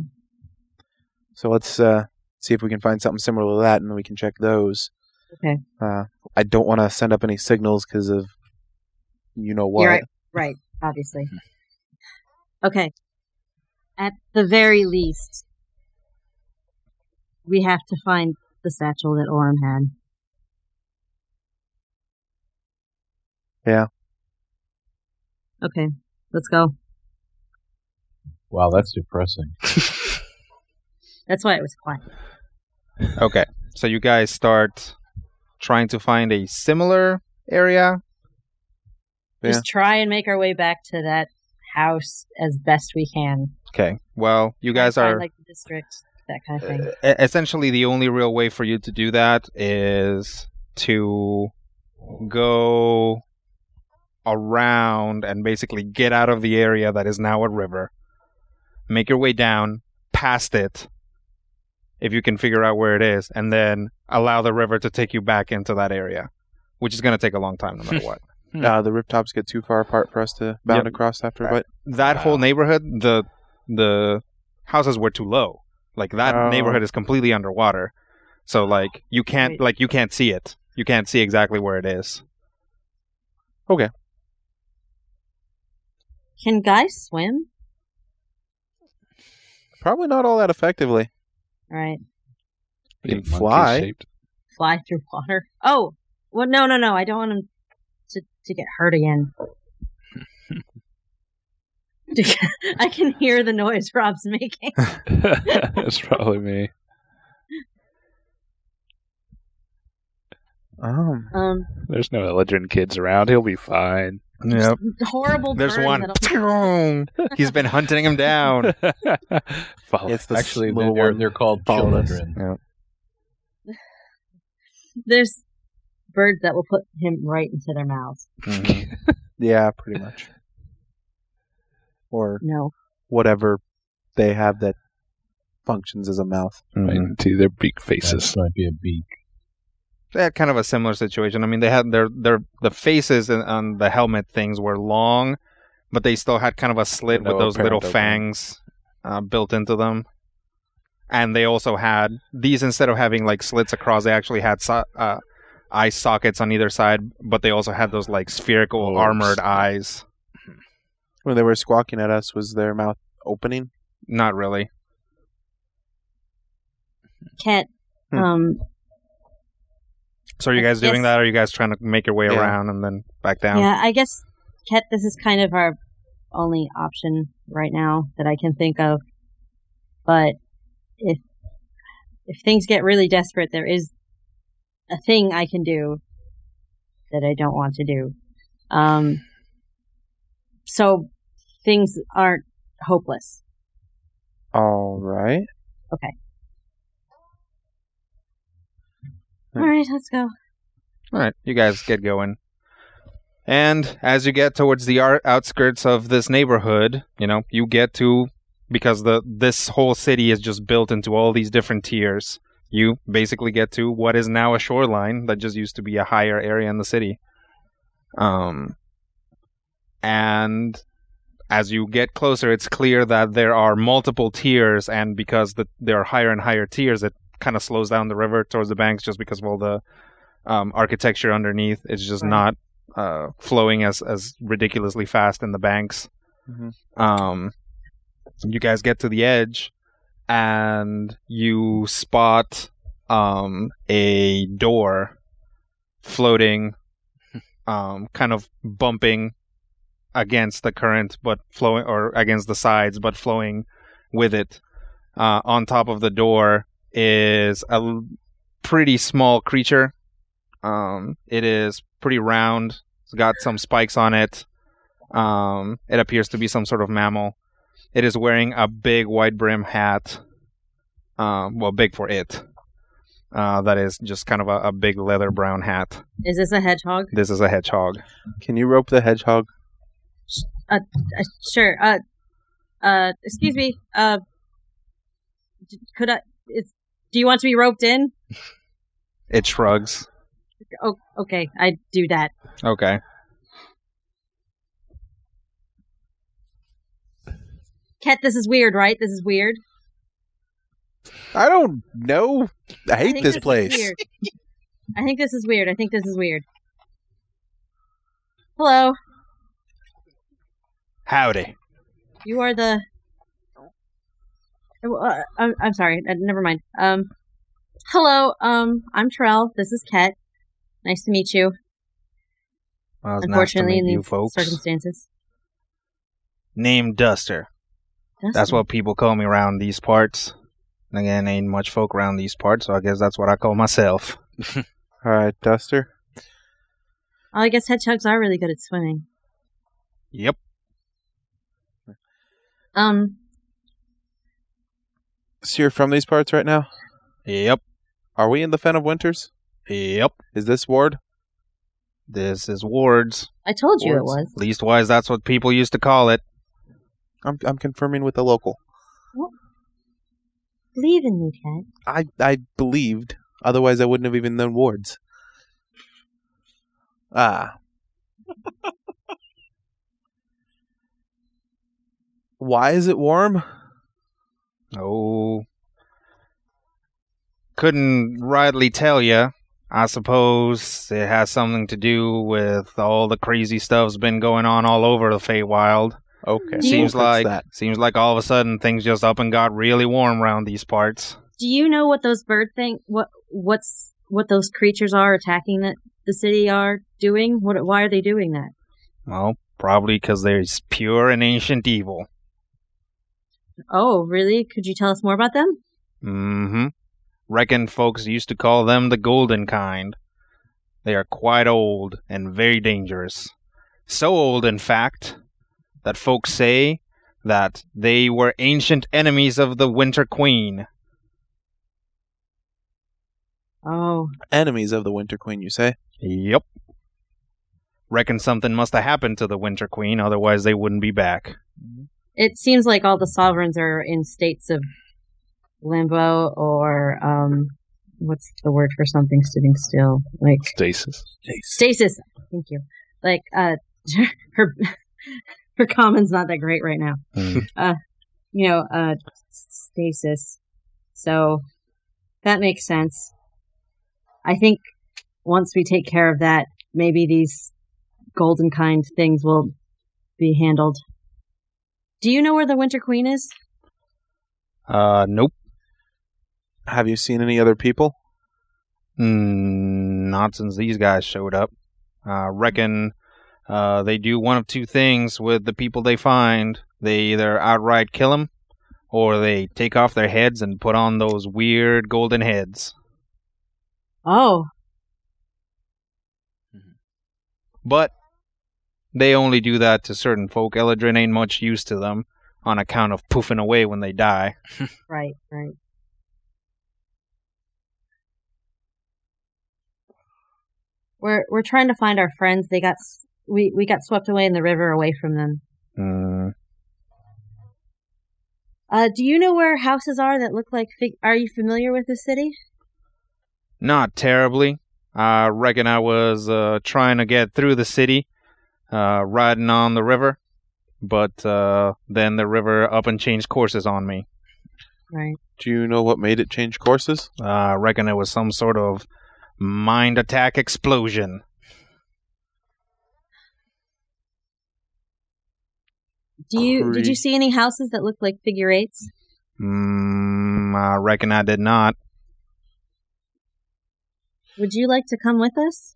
So let's uh, see if we can find something similar to that, and then we can check those.
Okay.
Uh, I don't want to send up any signals because of you know what.
You're right. Right. Obviously.
Hmm.
Okay. At the very least, we have to find the satchel that Orm had.
Yeah.
Okay. Let's go.
Wow, that's depressing.
That's why it was quiet.
Okay, so you guys start trying to find a similar area.
Just try and make our way back to that house as best we can.
Okay, well, you guys
Find,
are.
like the district, that kind of thing.
E- essentially the only real way for you to do that is to go around and basically get out of the area that is now a river make your way down past it if you can figure out where it is and then allow the river to take you back into that area which is going to take a long time no matter what
Uh, the rooftops get too far apart for us to bound
Yep.
across after,
Right.
but
that
Wow.
whole neighborhood the the houses were too low like that
Oh.
neighborhood is completely underwater so like you can't
Right.
like you can't see it you can't see exactly where it is
Can guys swim?
probably not all that effectively.
All right.
We can fly.
fly through water. Oh, well, no, no, no. I don't want him to, to get hurt again. I can hear the noise Rob's making.
That's probably me.
Um,
Um,
There's no illegitimate kids around. He'll be fine.
yep
horrible.
there's
burn
one
that'll-
he's been hunting him down
Follow.
it's the
Actually,
little
they're,
one.
they're called
Bonus.
children.
There's birds that will put
Mm-hmm.
him right into their mouths.
Yeah, pretty much. or
No.
whatever they have that functions as a mouth.
right into their beak faces.
This might be a beak.
they had kind of a similar situation. I mean, they had their their the faces and on the helmet things were long, but they still had kind of a slit
No
with those little
apparent opening.
fangs uh, built into them. And they also had these instead of having like slits across, they actually had so- uh, eye sockets on either side, but they also had those like spherical
Orbs.
armored eyes.
When they were squawking at us, was their mouth opening?
Not really.
Cat.
Hmm.
Um,
So are you guys doing
Yes.
that? Or are you guys trying to make your way
Yeah.
around and then back down?
yeah, I guess Ket, this is kind of our only option right now that I can think of. But if if things get really desperate, there is a thing I can do that I don't want to do. Um, so things aren't hopeless.
All right. Hmm.
All right, let's go.
All right, you guys get going. And as you get towards the ar- outskirts of this neighborhood, you know, you get to because the this whole city is just built into all these different tiers. You basically get to what is now a shoreline that just used to be a higher area in the city. Um and as you get closer, it's clear that there are multiple tiers, and because the, there are higher and higher tiers, it kind of slows down the river towards the banks just because of all the um, architecture underneath. It's just
Right.
not uh, flowing as, as ridiculously fast in the banks.
Mhm.
Um, you guys get to the edge, and you spot um, a door floating, um, kind of bumping against the current but flowing or against the sides but flowing with it uh, on top of the door is a l- pretty small creature um, it is pretty round it's got some spikes on it um, it appears to be some sort of mammal it is wearing a big wide brim hat um, well big for it uh, that is just kind of a, a big leather brown hat
Is this a hedgehog?
this is a hedgehog
Can you rope the hedgehog?
Uh, sure. Uh, uh, excuse me. Uh, d- could I? It's. Do you want to be roped in?
it shrugs
Oh, okay. I do that.
okay
Ket, this is weird, right? This is weird.
I don't know. I hate
think
this
is
place.
weird. I think this is weird. I think this is weird. Hello.
howdy
You are the. Well, Uh, I'm, I'm sorry. Uh, never mind. Um, hello. Um, I'm Trell. This is Ket. Nice to meet you.
Well, it's nice to
Unfortunately,
meet
in these
you folks.
circumstances.
Named Duster. That's what people call me around these parts. And Again, ain't much folk around these parts, so I guess that's what I call myself.
All right, Duster.
Oh, I guess hedgehogs are really good at swimming.
Yep.
Um,
So you're from these parts right now?
Yep.
Are we in the Fen of Winters?
Yep.
Is this Ward?
This is Ward's.
I told you it
Words.
was.
Leastwise, that's what people used to call it.
I'm I'm confirming with the local.
Believe in me, Cat.
I I believed. Otherwise, I wouldn't have even known wards. Ah. Why is it warm?
Oh. Couldn't rightly tell ya. I suppose it has something to do with all the crazy stuff's been going on all over the Feywild.
Okay.
Do you-
Seems
We'll
like
fix that.
seems like all of a sudden things just up and got really warm around these parts.
Do you know what those bird thing? What what's what those creatures are attacking that the city are doing? What? Why are they doing that?
Well, probably because there's pure and ancient evil.
Oh, really? Could you tell us more about them?
Mm-hmm. Reckon folks used to call them the golden kind. They are quite old and very dangerous. So old, in fact, that folks say that they were ancient enemies of the Winter Queen.
Oh,
Enemies of the Winter Queen, you say?
Yep. Reckon something must have happened to the Winter Queen, otherwise they wouldn't be back.
it seems like all the sovereigns are in states of limbo or um, what's the word for something sitting still? Like
Stasis.
stasis. Thank you. Like uh, her her common's not that great right now.
Mm.
Uh, you know, uh, stasis. So that makes sense. I think once we take care of that, maybe these golden kind things will be handled. Do you know where the Winter Queen is?
Uh, nope.
Have you seen any other people?
Mm, not since these guys showed up. Uh, reckon uh, they do one of two things with the people they find. They either outright kill them, or they take off their heads and put on those weird golden heads.
Oh,
But they only do that to certain folk. Eladrin ain't much use to them on account of poofing away when they die.
right, right. We're we're trying to find our friends. They got s- we we got swept away in the river away from them.
Mm,
Uh, do you know where houses are that look like? Fig- are you familiar with the city?
not terribly. I reckon I was uh, trying to get through the city, uh, riding on the river, but uh, then the river up and changed courses on me.
Right.
Do you know what made it change courses?
I reckon it was some sort of mind attack explosion.
Do you did you
Creep.
see any houses that look like figure eights?
Mm, I reckon I did not.
Would you like to come with us?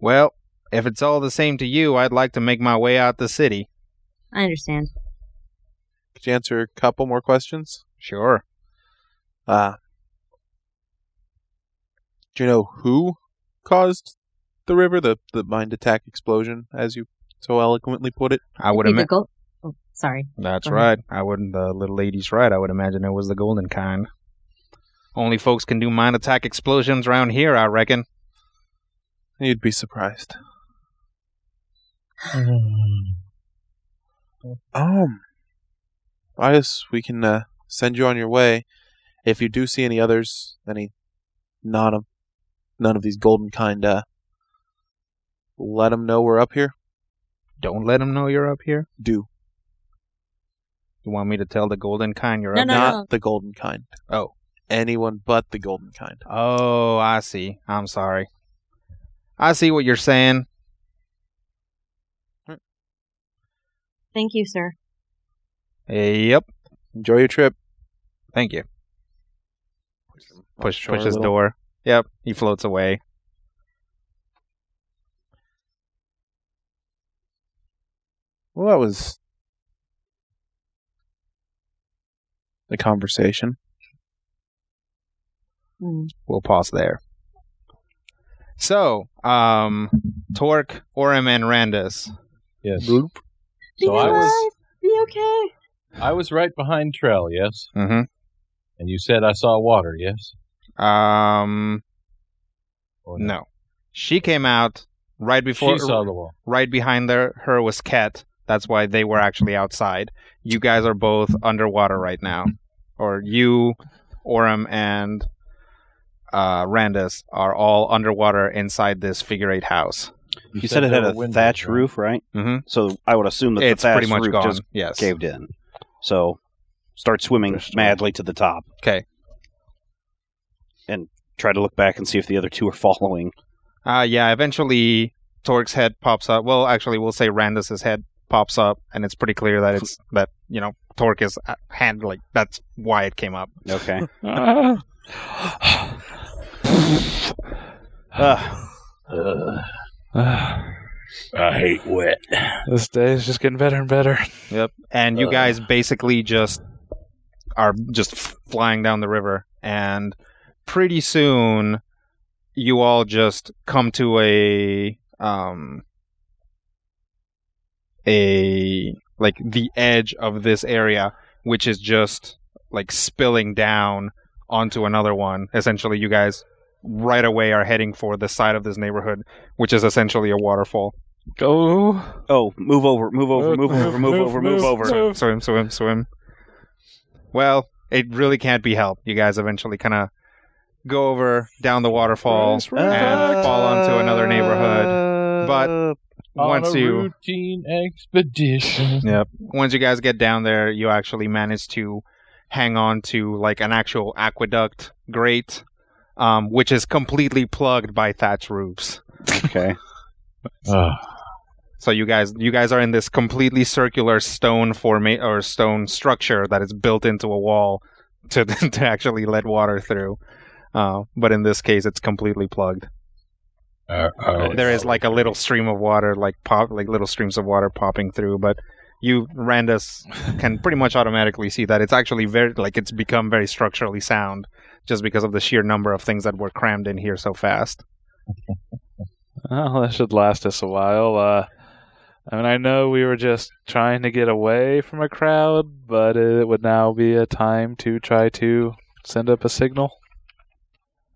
Well, if it's all the same to you, I'd like to make my way out the city.
I understand.
Could you answer a couple more questions?
Sure.
Uh, do you know who caused the river, the, the mind attack explosion, as you so eloquently put it?
I would
Think the
imagine.
gold- oh, sorry.
That's
Go
right.
ahead.
I wouldn't. The little lady's right. I would imagine it was the golden kind. Only folks can do mind attack explosions around here, I reckon.
You'd be surprised. Um, I guess we can uh, send you on your way. If you do see any others, any none of none of these golden kind, uh, let them know we're up here.
Don't let them know you're up here.
Do
You want me to tell the golden kind you're
No,
up?
no.
not the golden kind.
Oh.
anyone but the golden kind.
Oh, I see. I'm sorry. I see what you're saying.
Thank you, sir.
Yep.
Enjoy your trip.
Thank you. Push
Sure,
pushes
little-
door. Yep. He floats away.
Well, that was the conversation.
Hmm.
We'll pause there. So, um, Torque, Orem, and Randus.
Yes.
Be
So I
alive.
was-
Be okay.
I was right behind Trell, yes?
Mm-hmm.
And you said I saw water, yes?
Um,
Or
no, she came out right before.
she saw the wall.
right behind there, her was Ket. That's why they were actually outside. You guys are both underwater right now, or you, Orem, and uh, Randus are all underwater inside this figure eight house.
You,
You said it
there
had
were
a
windows,
thatch
right?
roof, right?
Mm-hmm.
So I would assume that
It's
the thatch
pretty much
roof
gone.
just
yes.
caved in. So start swimming
First one.
madly to the top.
'Kay.
And try to look back and see if the other two are following.
Uh, yeah, eventually Torque's head pops up. Well, actually, we'll say Randus's head pops up, and it's pretty clear that it's that you know Torque is uh, hand like that's why it came up.
Okay.
Ah.
Ugh,
Ah.
I hate wet.
this day is just getting better and better.
Yep. And you
Ugh.
guys basically just are just f- flying down the river, and pretty soon you all just come to a um a like the edge of this area, which is just like spilling down onto another one. Essentially, you guys right away are heading for the side of this neighborhood, which is essentially a waterfall.
Go.
Oh, move over, move over, move over, move over, move over.
move.
Swim, swim, swim. Well, it really can't be helped. You guys eventually kind of go over down the waterfall.
Rise, rise,
and
Ah.
rise.
fall onto another neighborhood, but- once
on a
you
routine expedition.
Yep. Once you guys get down there, you actually manage to hang on to like an actual aqueduct grate, um, which is completely plugged by thatch roofs.
Okay.
Ah,
So you guys, you guys are in this completely circular stone forma- or stone structure that is built into a wall to to actually let water through. Uh, but in this case, it's completely plugged.
ah, Oh,
there is like a little stream of water, like pop, like little streams of water popping through. But you, Randus, can pretty much automatically see that it's actually very, like it's become very structurally sound, just because of the sheer number of things that were crammed in here so fast.
Well, that should last us a while. Uh, I mean, I know we were just trying to get away from a crowd, but it would now be a time to try to send up a signal.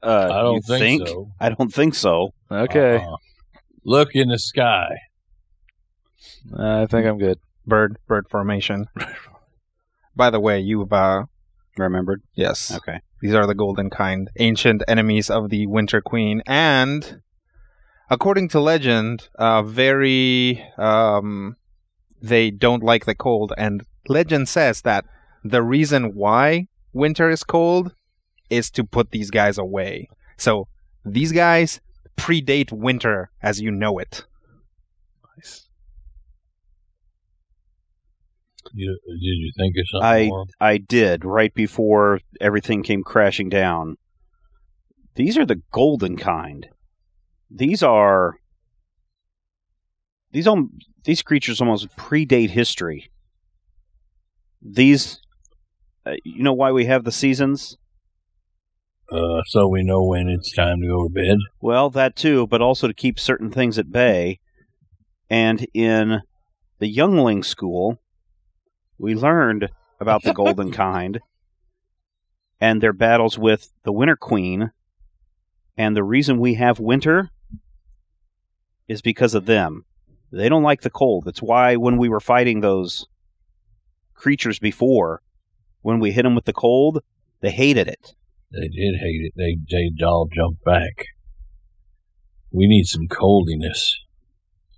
Uh,
I don't
you
think, so.
I don't think so.
Okay,
Uh-uh. Look in the sky.
I think I'm good.
Bird, bird formation. By the way, you've uh,
Remembered.
yes,
Okay.
These are the golden kind, ancient enemies of the Winter Queen, and according to legend, uh, very um, they don't like the cold. And legend says that the reason why winter is cold is to put these guys away. So these guys predate winter as you know it.
You, did you think of something
I-
more?
I did right before everything came crashing down. These are the golden kind. These are these um these creatures almost predate history. These, uh, you know, why we have the seasons?
Uh, so we know when it's time to go to bed.
Well, that too, but also to keep certain things at bay. And in the Youngling School, we learned about the Golden Kind and their battles with the Winter Queen. And the reason we have winter is because of them. They don't like the cold. That's why when we were fighting those creatures before, when we hit them with the cold, they hated it.
They did hate it. They they all jumped back. We need some coldiness.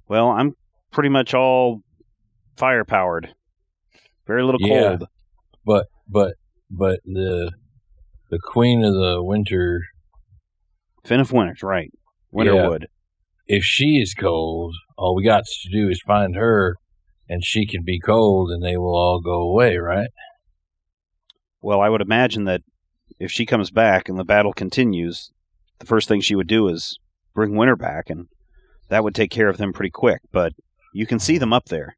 Well, I'm pretty much all fire powered. Very little
Yeah.
cold.
But but but the the queen of the winter,
Fin of Winters, right. Winterwood.
if she is cold, all we got to do is find her, and she can be cold, and they will all go away. Right?
Well, I would imagine that if she comes back and the battle continues, the first thing she would do is bring Winter back, and that would take care of them pretty quick. But you can see them up there.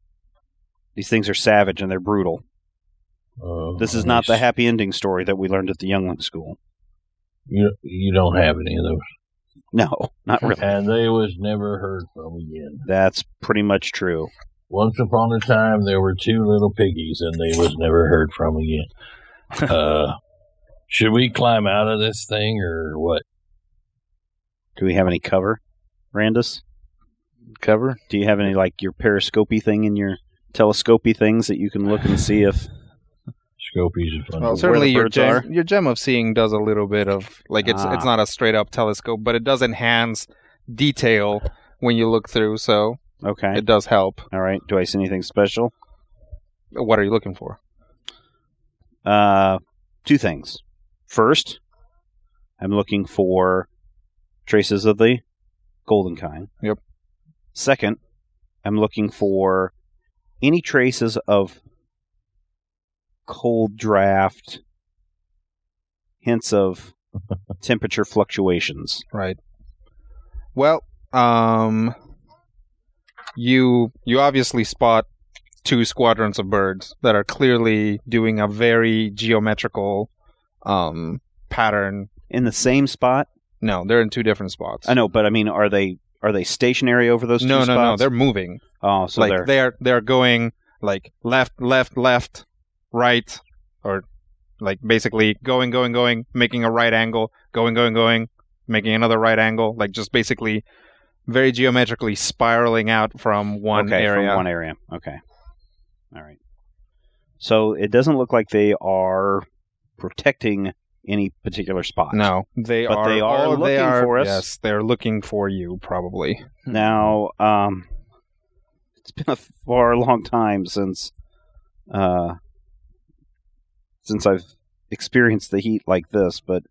These things are savage and they're brutal.
Uh,
This is not the
happy.
happy ending story that we learned at the Youngling School.
You you don't have any of those.
No, not really.
And they was never heard from again.
That's pretty much true.
Once upon a time, there were two little piggies, and they was never heard from again. Uh, should we climb out of this thing or what?
Do we have any cover, Randus?
Cover.
Do you have any like your periscopy thing and your telescopy things that you can look and see if
Scopies of fun.
Well,
the
certainly your
birds
gem,
are.
your gem of seeing does a little bit of like it's
Ah.
it's not a straight up telescope, but it does enhance detail when you look through. So
okay,
it does help.
all right. Do I see anything special?
What are you looking for?
Uh, two things. First, I'm looking for traces of the golden kind.
Yep.
Second, I'm looking for any traces of cold draft, hints of temperature fluctuations.
Right. Well, um, you you obviously spot two squadrons of birds that are clearly doing a very geometrical um pattern.
In the same spot?
No, they're in two different spots.
I know, but I mean, are they are they stationary over those
no,
two
no,
spots?
no. They're moving.
oh, so
like
they're
they are they are going like left, left, left, right, or like basically going, going, going, making a right angle, going, going, going, making another right angle, like just basically very geometrically spiraling out from one
okay,
area.
From one area. Okay. All right. So it doesn't look like they are protecting any particular spot.
No, they
But
are.
they are
oh,
looking
they are,
for us.
Yes, they're looking for you, probably.
Now, um, it's been a far long time since, uh, since I've experienced the heat like this. But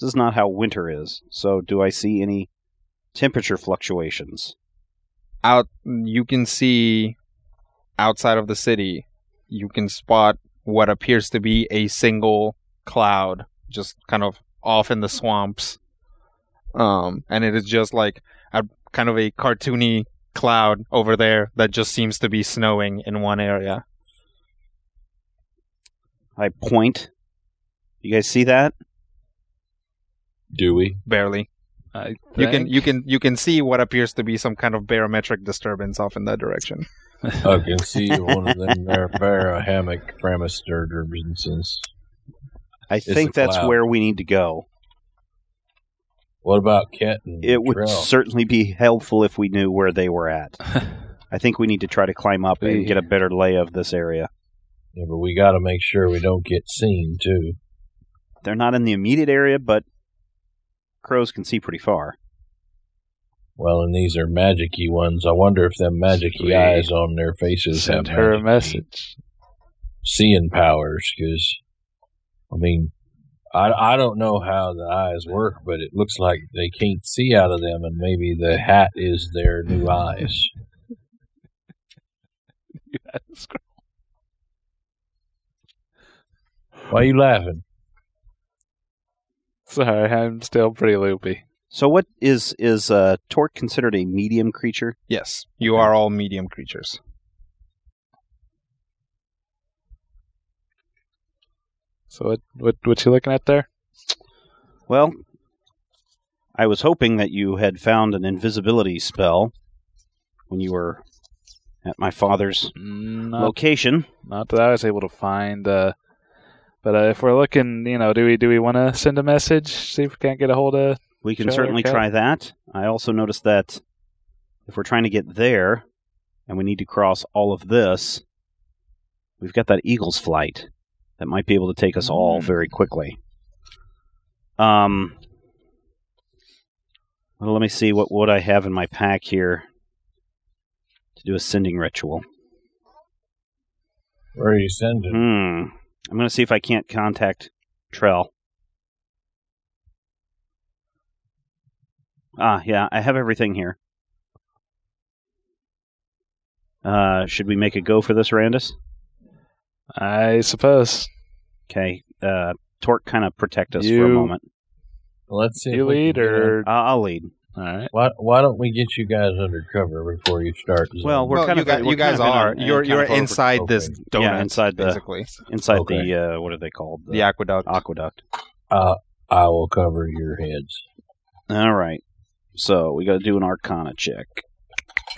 this is not how winter is. So, do I see any temperature fluctuations?
Out, you can see outside of the city. You can spot what appears to be a single cloud, just kind of off in the swamps. Um, and it is just like a kind of a cartoony cloud over there that just seems to be snowing in one area.
I point. You guys see that?
Do we?
barely.
I
You can
think.
you can you can see what appears to be some kind of barometric disturbance off in that direction.
I can see one of them there bear hammock framisterderbensons.
I
the
think that's
cloud.
where we need to go.
What about Ket and
It would
Trell?
certainly be helpful if we knew where they were at. I think we need to try to climb up
We-
and get a better lay of this area.
yeah, but we got to make sure we don't get seen too.
They're not in the immediate area, but crows can see pretty far.
Well, and these are magicy ones. I wonder if them magicy
Sweet.
eyes on their faces
send
have
her a
magic
message.
seeing powers. Because, I mean, I, I don't know how the eyes work, but it looks like they can't see out of them, and maybe the hat is their new eyes.
Yes.
Why are you laughing?
Sorry, I'm still pretty loopy.
So, what is is uh, Torque considered a medium creature?
Yes, you are all medium creatures.
So what what what you looking at there?
Well, I was hoping that you had found an invisibility spell when you were at my father's
Not
location.
Mm, not that I was able to find. Uh, but uh, if we're looking, you know, do we do we want to send a message? See if we can't get a hold of.
We can
Sure,
certainly
okay.
try that. I also noticed that if we're trying to get there and we need to cross all of this, we've got that Eagles flight that might be able to take us all
Mm.
very quickly. Um, well, let me see what would I have in my pack here to do a sending ritual.
Where are you sending?
Hmm. I'm going to see if I can't contact Trell. Ah, yeah, I have everything here. Uh, should we make a go for this, Randus?
I suppose.
Okay. Uh, Torque kind of protect us for a
You-
moment.
Let's see. if
You
we can
lead
get in.
or
Uh, I'll lead.
all right?
Why, why don't we get you guys under cover before you start?
Well, we're
well,
kind
you
of
guys,
we're
you guys
kind of in
are.
a-
you're
kind
you're
of over-
inside this
okay.
donut.
Yeah, inside the-
basically
inside
Okay.
the uh, what are they called?
the aqueduct.
aqueduct.
uh, I will cover your heads.
All right. So we got to do an Arcana check.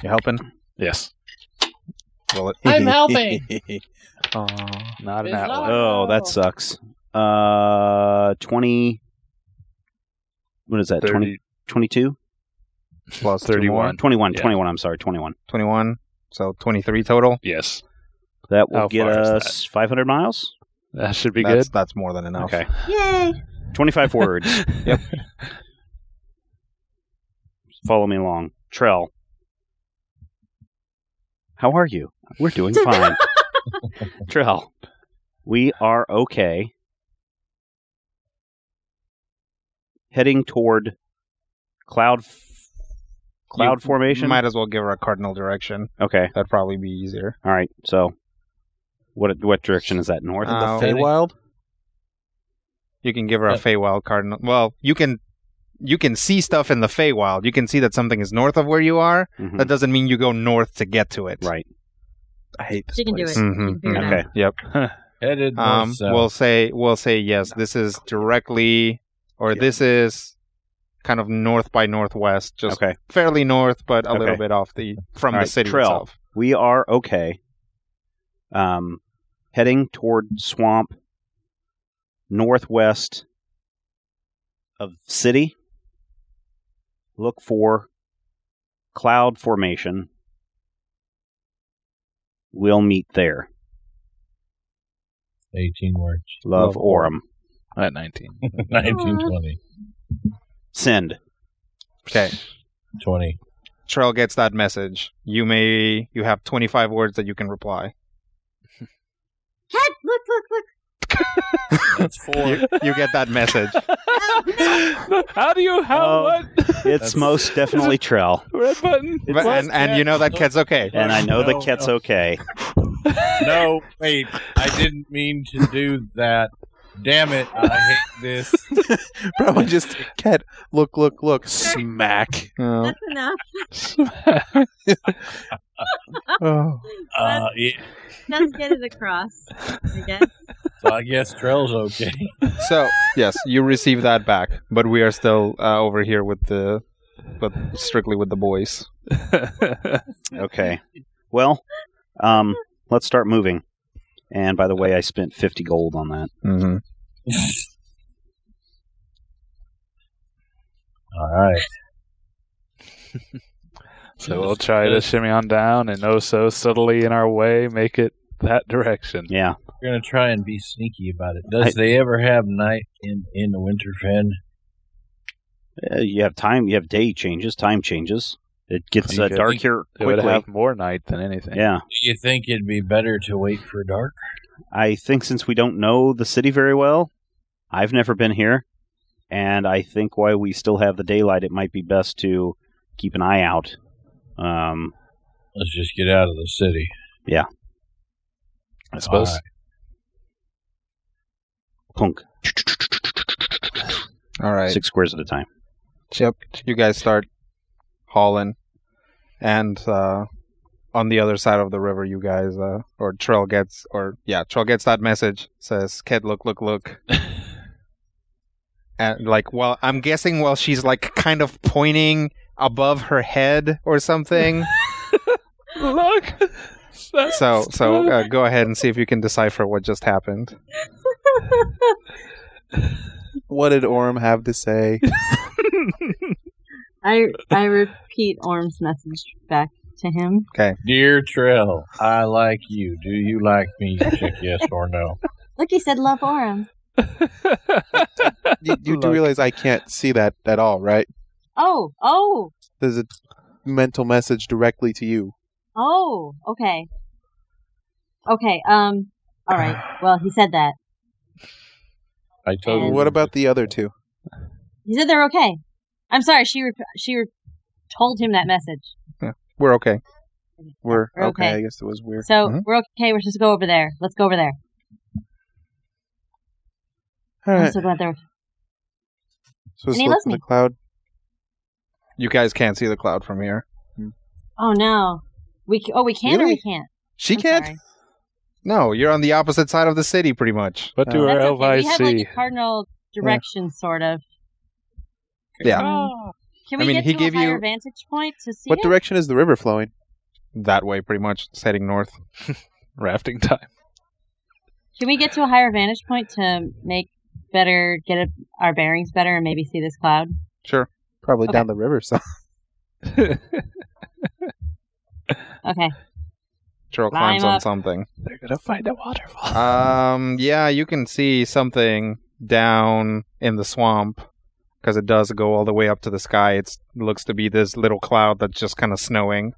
You helping?
Yes.
Will it?
I'm helping.
Aw.
Not an
It's
that
not-
one.
Oh, that sucks. Uh, 20. What is that? 20,
30,
22?
Plus two
31.
more.
21.
Yeah.
21. I'm sorry. 21.
Twenty-one. So twenty-three total.
Yes.
That will
How
get
far is
us 500 miles?
That should be
that's
good.
that's more than enough.
Okay.
Yay.
25 words.
Yep.
Follow me along. Trell. How are you? We're doing fine. Trell. We are okay. Heading toward cloud f- cloud
You
formation.
Might as well give her a cardinal direction.
Okay.
That'd probably be easier.
All right. So, what what direction is that? North.
Uh,
Feywild?
You can give her a Feywild cardinal. Well, you can you can see stuff in the Feywild. You can see that something is north of where you are.
Mhm.
That doesn't mean you go north to get to it.
Right.
I hate this
She can do
place.
it.
Mhm,
You can figure it
mhm.
out.
Okay.
Yep.
Headed north
Um,
uh,
south.
we'll say we'll say yes. This is directly, or this is kind of north by northwest, just
Okay.
fairly north, but a little
Okay.
bit off the from
All
the
right,
city
Trill.
itself.
We are okay. Um, heading toward swamp northwest of city. Look for cloud formation. We'll meet there.
18 words.
Love, Orem.
At 19.
19, 20,
Send.
Okay.
20.
Trell gets that message. You may you have 25 words that you can reply.
Cat, look, look, look.
That's four.
You, you get that message.
how do you, how,
Oh.
what?
It's most definitely Trell.
Red button.
But- and, and you know that kid's okay.
And I know
No,
the cat's
no.
okay.
No, wait. I didn't mean to do that. Damn it. I hate this.
Probably just cat. Look, look, look. Smack.
Oh.
That's enough.
Oh.
Uh, yeah.
Let's get it across, I guess.
So I guess Trell's okay.
So yes, you receive that back, but we are still uh, over here with the, but strictly with the boys.
Okay. Well, um, let's start moving. And by the way, I spent 50 gold on that.
Mm-hmm.
All right.
so we'll try to shimmy on down and oh so subtly in our way make it that direction.
Yeah.
We're going to try and be sneaky about it. Does they ever have night in, in the Winterfen?
Uh, you have time, you have day changes, time changes. It gets
You
uh,
could-
dark here
It would
quickly.
have more night than anything.
Yeah.
Do you think it'd be better to wait for dark?
I think since we don't know the city very well, I've never been here, and I think while we still have the daylight, it might be best to keep an eye out. Um,
Let's just get out of the city.
I suppose.
punk
All right.
six squares at a time.
Yep. You guys start hauling, and uh, on the other side of the river, you guys uh, or Trell gets or yeah, Trell gets that message. Says, "Kid, look, look, look." and like, well, I'm guessing while she's like kind of pointing above her head or something.
Look!
so so uh, go ahead and see if you can decipher what just happened.
What did Orm have to say?
I I repeat Orm's message back to him.
Dear Trell, I like you. Do you like me? Check yes or no.
Look, he said love Orm.
you you do realize I can't see that at all, right?
Oh, oh,
There's a mental message directly to you.
oh. Okay. Okay. Um. All right. Well, he said that.
I told you.
What about the other two?
He said they're okay. I'm sorry. She re- she re- told him that message.
We're okay.
We're
We're
okay.
okay.
I guess it was weird.
So
Mhm.
we're okay. We're supposed to go over there. Let's go over there.
All
I'm
right.
so glad they're.
So let's
and he
look
loves
in the
me.
cloud.
You guys can't see the cloud from here.
Oh no. We c- oh we can or
Really?
we can't.
She
I'm
can't.
sorry.
No, you're on the opposite side of the city, pretty much.
What do
Uh,
our
Oh. That's okay. We
elves
have
see?
like a cardinal direction, sort of.
Yeah.
Um, Can
I
we
mean,
get
he
to
gave
a higher
you-
vantage point to see
What
it?
direction is the river flowing?
That way, pretty much. It's heading north.
Rafting time.
Can we get to a higher vantage point to make better, get a, our bearings better, and maybe see this cloud?
Sure.
Probably
Okay.
down the river. So
Okay.
Cheryl
Climb
climbs on
up.
something.
They're gonna find a waterfall.
Um, yeah, you can see something down in the swamp because it does go all the way up to the sky. It looks to be this little cloud that's just kind of snowing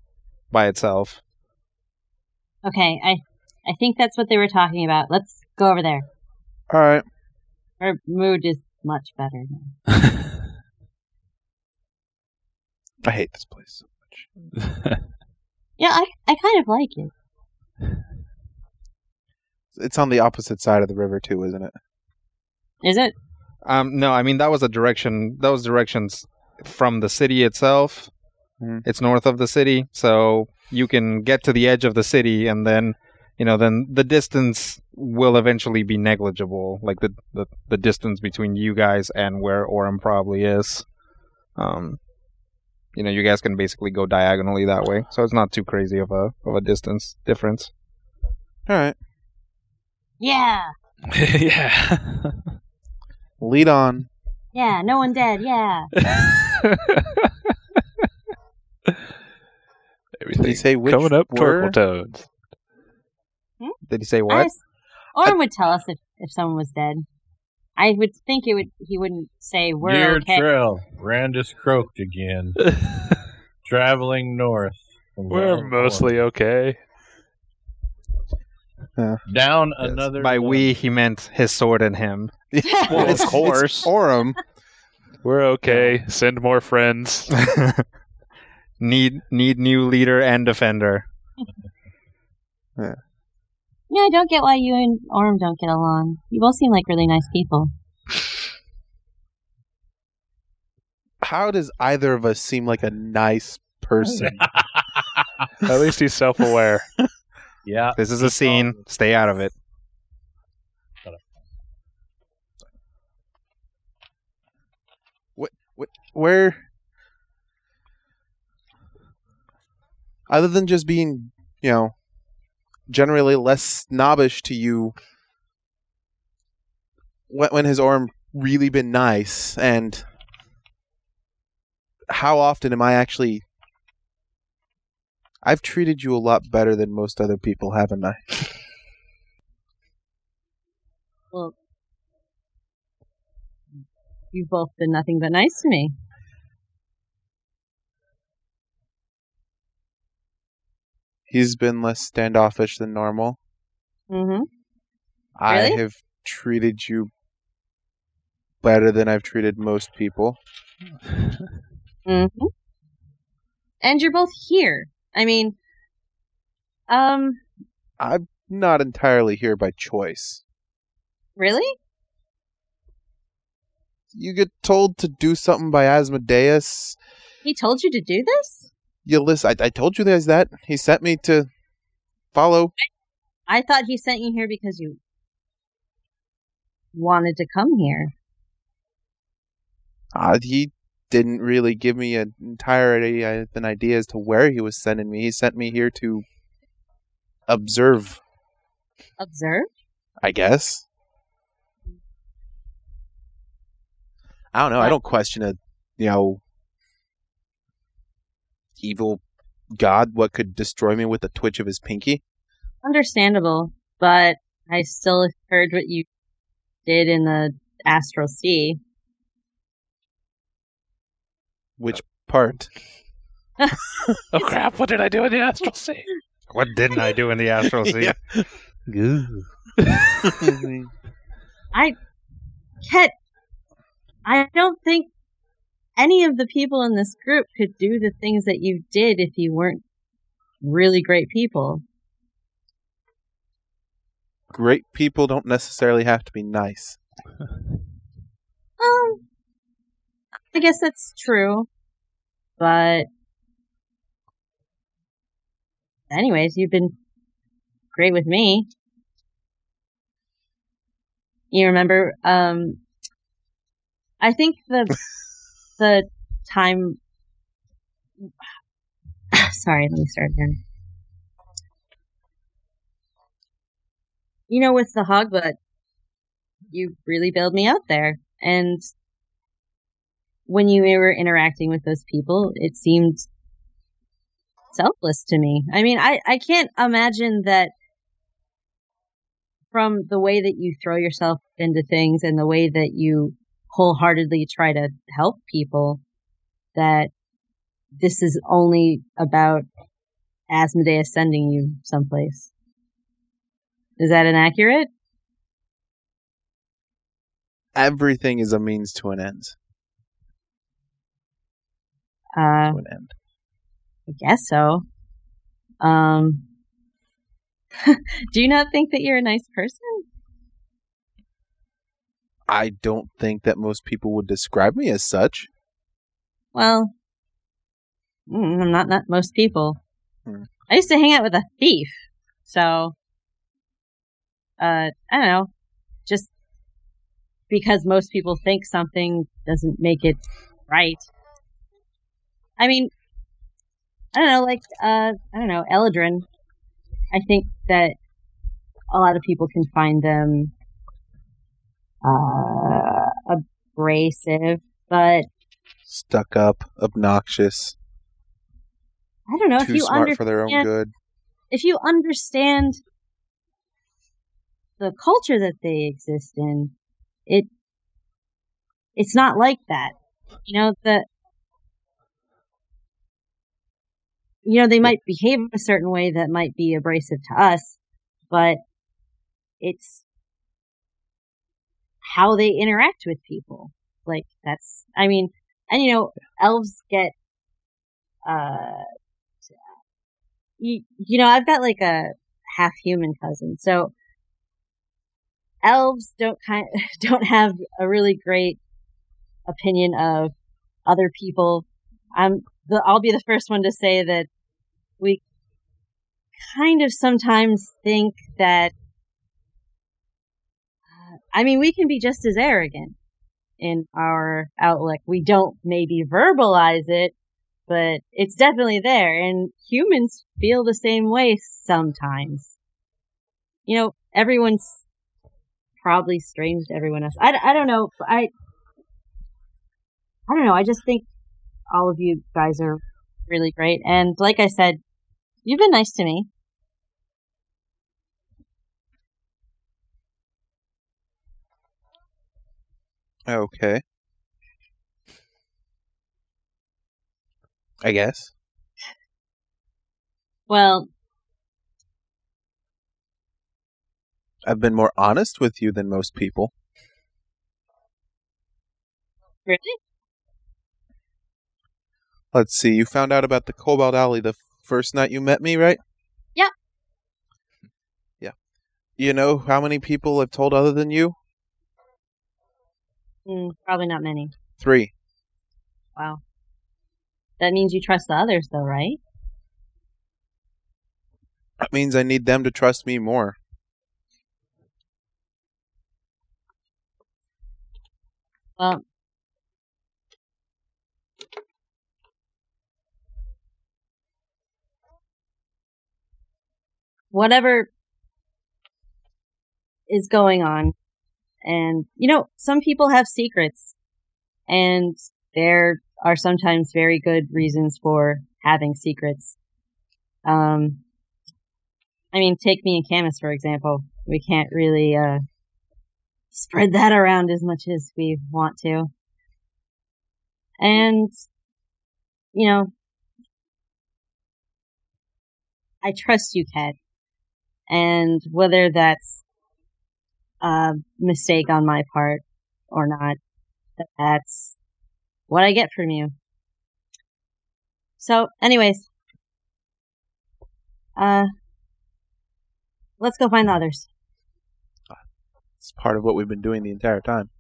by itself.
Okay. I I think that's what they were talking about. Let's go over there.
all right.
Our mood is much better. now.
I hate this place.
Yeah, I I kind of like it.
It's on the opposite side of the river too, isn't it?
Is it?
Um, no, I mean that was a direction. That was directions from the city itself.
Mhm.
It's north of the city, so you can get to the edge of the city, and then you know, then the distance will eventually be negligible. Like the the, the distance between you guys and where Orem probably is. Um, you know, you guys can basically go diagonally that way, so it's not too crazy of a of a distance difference.
All right.
Yeah.
yeah.
Lead on.
Yeah. No one dead. Yeah.
everything.
Did he say which
Coming up, turtle
were?
toads.
Did he say
I
what?
was- Orin would tell us if, if someone was dead. I would think it would. He wouldn't say we're
Near
okay.
trail. Brandis croaked again. Traveling north. from
We're
Wild
mostly okay.
Horn. down
Yes.
another.
By
road.
we, he meant his sword and him.
Well, of course.
Orum
We're okay. Send more friends.
need need new leader and defender.
No, I don't get why you and Orm don't get along. You both seem like really nice people.
How does either of us seem like a nice person?
At least he's self-aware.
Yeah.
This is a scene. Stay out of it.
Where, other than just being, you know, generally less snobbish to you, when, when has Orm really been nice? And how often am I actually? I've treated you a lot better than most other people, haven't I?
Well, you've both been nothing but nice to me.
He's been less standoffish than normal.
Mm-hmm.
I
Really?
have treated you better than I've treated most people.
Mm-hmm. And you're both here. I mean, um,
Not entirely here by choice.
really?
You get told to do something by Asmodeus.
He told you to do this?
You listen. I, I told you guys that he sent me to follow.
I thought he sent you here because you wanted to come here.
Uh, he didn't really give me an entirety of an idea as to where he was sending me. He sent me here to observe,
Observe?
I guess. I don't know. I
Right.
don't question a, you know, evil god what could destroy me with a twitch of his pinky.
Understandable, but I still heard what you did in the astral sea.
Which part?
oh crap! What did I do in the astral sea?
What didn't I do in the astral sea?
Yeah.
Goo.
Ket, I don't think any of the people in this group could do the things that you did if you weren't really great people.
Great people don't necessarily have to be nice.
Um, I guess that's true, but anyways, you've been great with me. You remember, um, I think the the time. Sorry, let me start again. You know, with the hog butt, you really bailed me out there. And when you were interacting with those people, it seemed selfless to me. I mean, I, I can't imagine that from the way that you throw yourself into things and the way that you wholeheartedly try to help people, that this is only about Asmodeus sending you someplace. Is that inaccurate?
Everything is a means to an end.
Uh,
To an end.
I guess so. Um, do you not think that you're a nice person?
I don't think that most people would describe me as such.
Well, mm, I'm not, not most people.
Hmm.
I used to hang out with a thief. So, uh, I don't know. Just because most people think something doesn't make it right. I mean, I don't know, like, uh, I don't know, Eldrin. I think that a lot of people can find them, uh, abrasive, but
Stuck up, obnoxious.
I don't know if
too
you
smart
under
for their own
understand-
good.
if you understand the culture that they exist in, it it's not like that. You know the you know they might behave a certain way that might be abrasive to us, but it's how they interact with people. Like that's I mean, and you know elves get uh you, you know, I've got like a half human cousin. So elves don't kind don't have a really great opinion of other people. I'm the, I'll be the first one to say that we kind of sometimes think that uh, I mean, we can be just as arrogant in our outlook. We don't maybe verbalize it, but it's definitely there. And humans feel the same way sometimes. You know, everyone's probably strange to everyone else. I, I don't know. I I don't know. I just think all of you guys are really great. And like I said, you've been nice to me.
Okay. I guess.
Well,
I've been more honest with you than most people.
really?
Let's see, you found out about the Cobalt Alley the first night you met me, right?
Yeah.
Yeah. You know how many people I've told other than you?
Mm, probably not many.
Three.
Wow. That means you trust the others, though, right?
That means I need them to trust me more.
Well, whatever is going on, and you know, some people have secrets, and there are sometimes very good reasons for having secrets. Um, I mean, take me and Camus for example. We can't really uh spread that around as much as we want to. And, you know, I trust you, Kat. And whether that's a mistake on my part or not, that's what I get from you. So, anyways, uh, let's go find the others.
It's part of what we've been doing the entire time.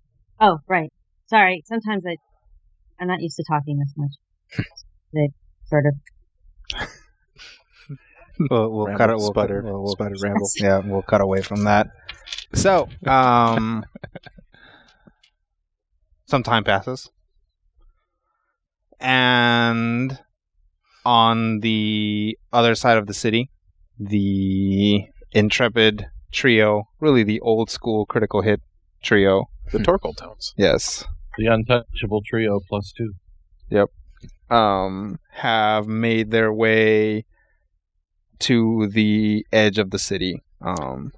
Oh, right. Sorry. Sometimes I, I'm not used to talking this much. they sort of.
We'll, we'll
Ramble,
cut it. We'll,
sputter,
we'll- we'll-
sputter, ramble.
Yeah, we'll cut away from that. So, um, some time passes, and on the other side of the city, the intrepid trio, really the old school critical hit trio.
The Torkoal tones.
Yes.
Hmm. The untouchable trio plus two.
um, have made their way to the edge of the city. Um,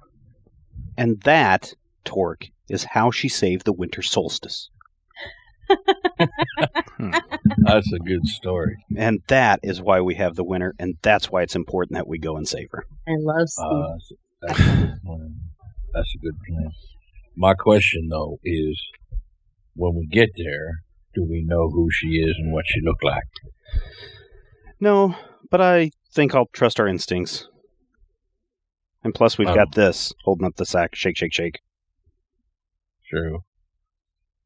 And that, Torque, is how she saved the winter solstice.
That's a good story.
And that is why we have the winter, and that's why it's important that we go and save her.
I love Steve.
Uh, that's a good plan. That's a good plan. My question though is, when we get there, do we know who she is and what she looked like?
No, but I think I'll trust our instincts. And plus, we've
Oh.
got this holding up the sack. Shake, shake, shake.
True.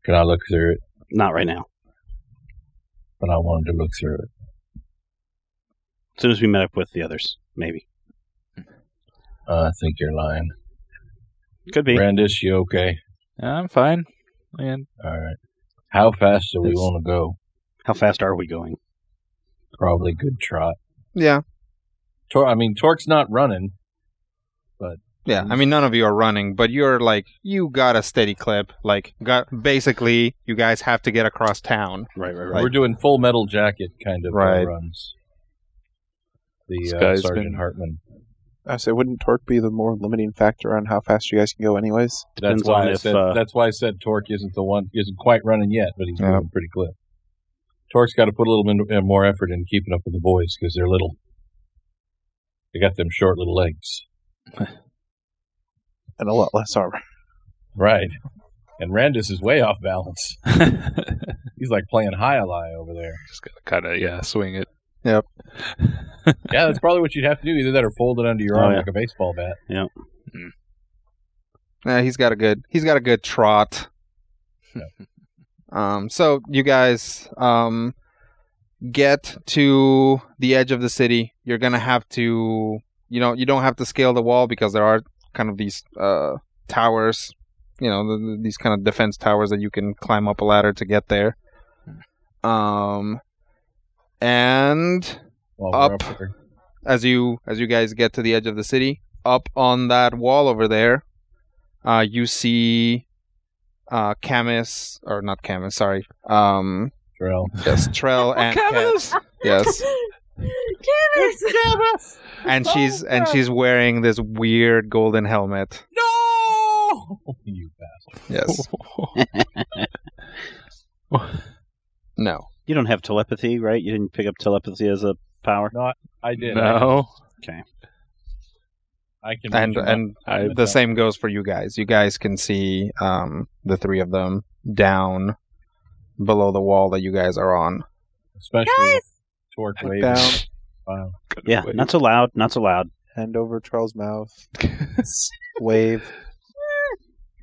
Can I look through it?
Not right now.
But I wanted to look through it.
As soon as we met up with the others, maybe.
Uh, I think you're lying.
Could be.
Brandis, you okay?
Yeah, I'm fine. And
All right. How fast do we
Yes.
want to go?
How fast are we going?
Probably good trot.
yeah,
Tor- I mean, Torque's not running.
yeah. I mean, none of you are running, but you're like you got a steady clip. Like, got basically, you guys have to get across town.
Right, right,
Like-
We're doing full metal jacket kind of uh,
Right.
runs. the
This
uh,
guy's
Sergeant
been-
Hartman.
I say, wouldn't torque be the more limiting factor on how fast you guys can go, anyways?
Depends
That's why
on
I
if,
said
uh,
that's why I said Torque isn't the one isn't quite running yet, but he's
Yeah.
moving pretty quick. Torque's got to put a little bit uh, more effort in keeping up with the boys because they're little. They got them short little legs,
And a lot less armor.
right? And Randus is way off balance.
Just
He's like playing high lie over there.
gotta kind of yeah, swing it.
Yep.
Yeah, that's probably what you'd have to do. Either that or fold it under your
Oh,
arm
yeah.
like a baseball bat.
Yeah, Eh, he's got a good he's got a good trot. um, so you guys um get to the edge of the city. You're gonna have to you know you don't have to scale the wall because there are kind of these uh towers, you know th- th- these kind of defense towers that you can climb up a ladder to get there. Um, and
While we're
Up.
there.
as you as you guys get to the edge of the city, up on that wall over there, uh, you see uh, Camus or not Camus, sorry, um,
Drell.
yes, Trell and Cat. yes,
Camus! Camus!
and she's and she's wearing this weird golden helmet.
No! You
Yes, no,
You don't have telepathy, right? You didn't pick up telepathy as a power.
I did.
no,
I can. I can
and
reach him
and
up.
I-
the same goes for you guys. You guys can see um, the three of them down below the wall that you guys are on.
Especially with
Guys!
torque
Put
waves.
down,
Wow.
Gotta
Yeah,
wait.
not so loud, not so loud.
hand over Charles' mouth, wave.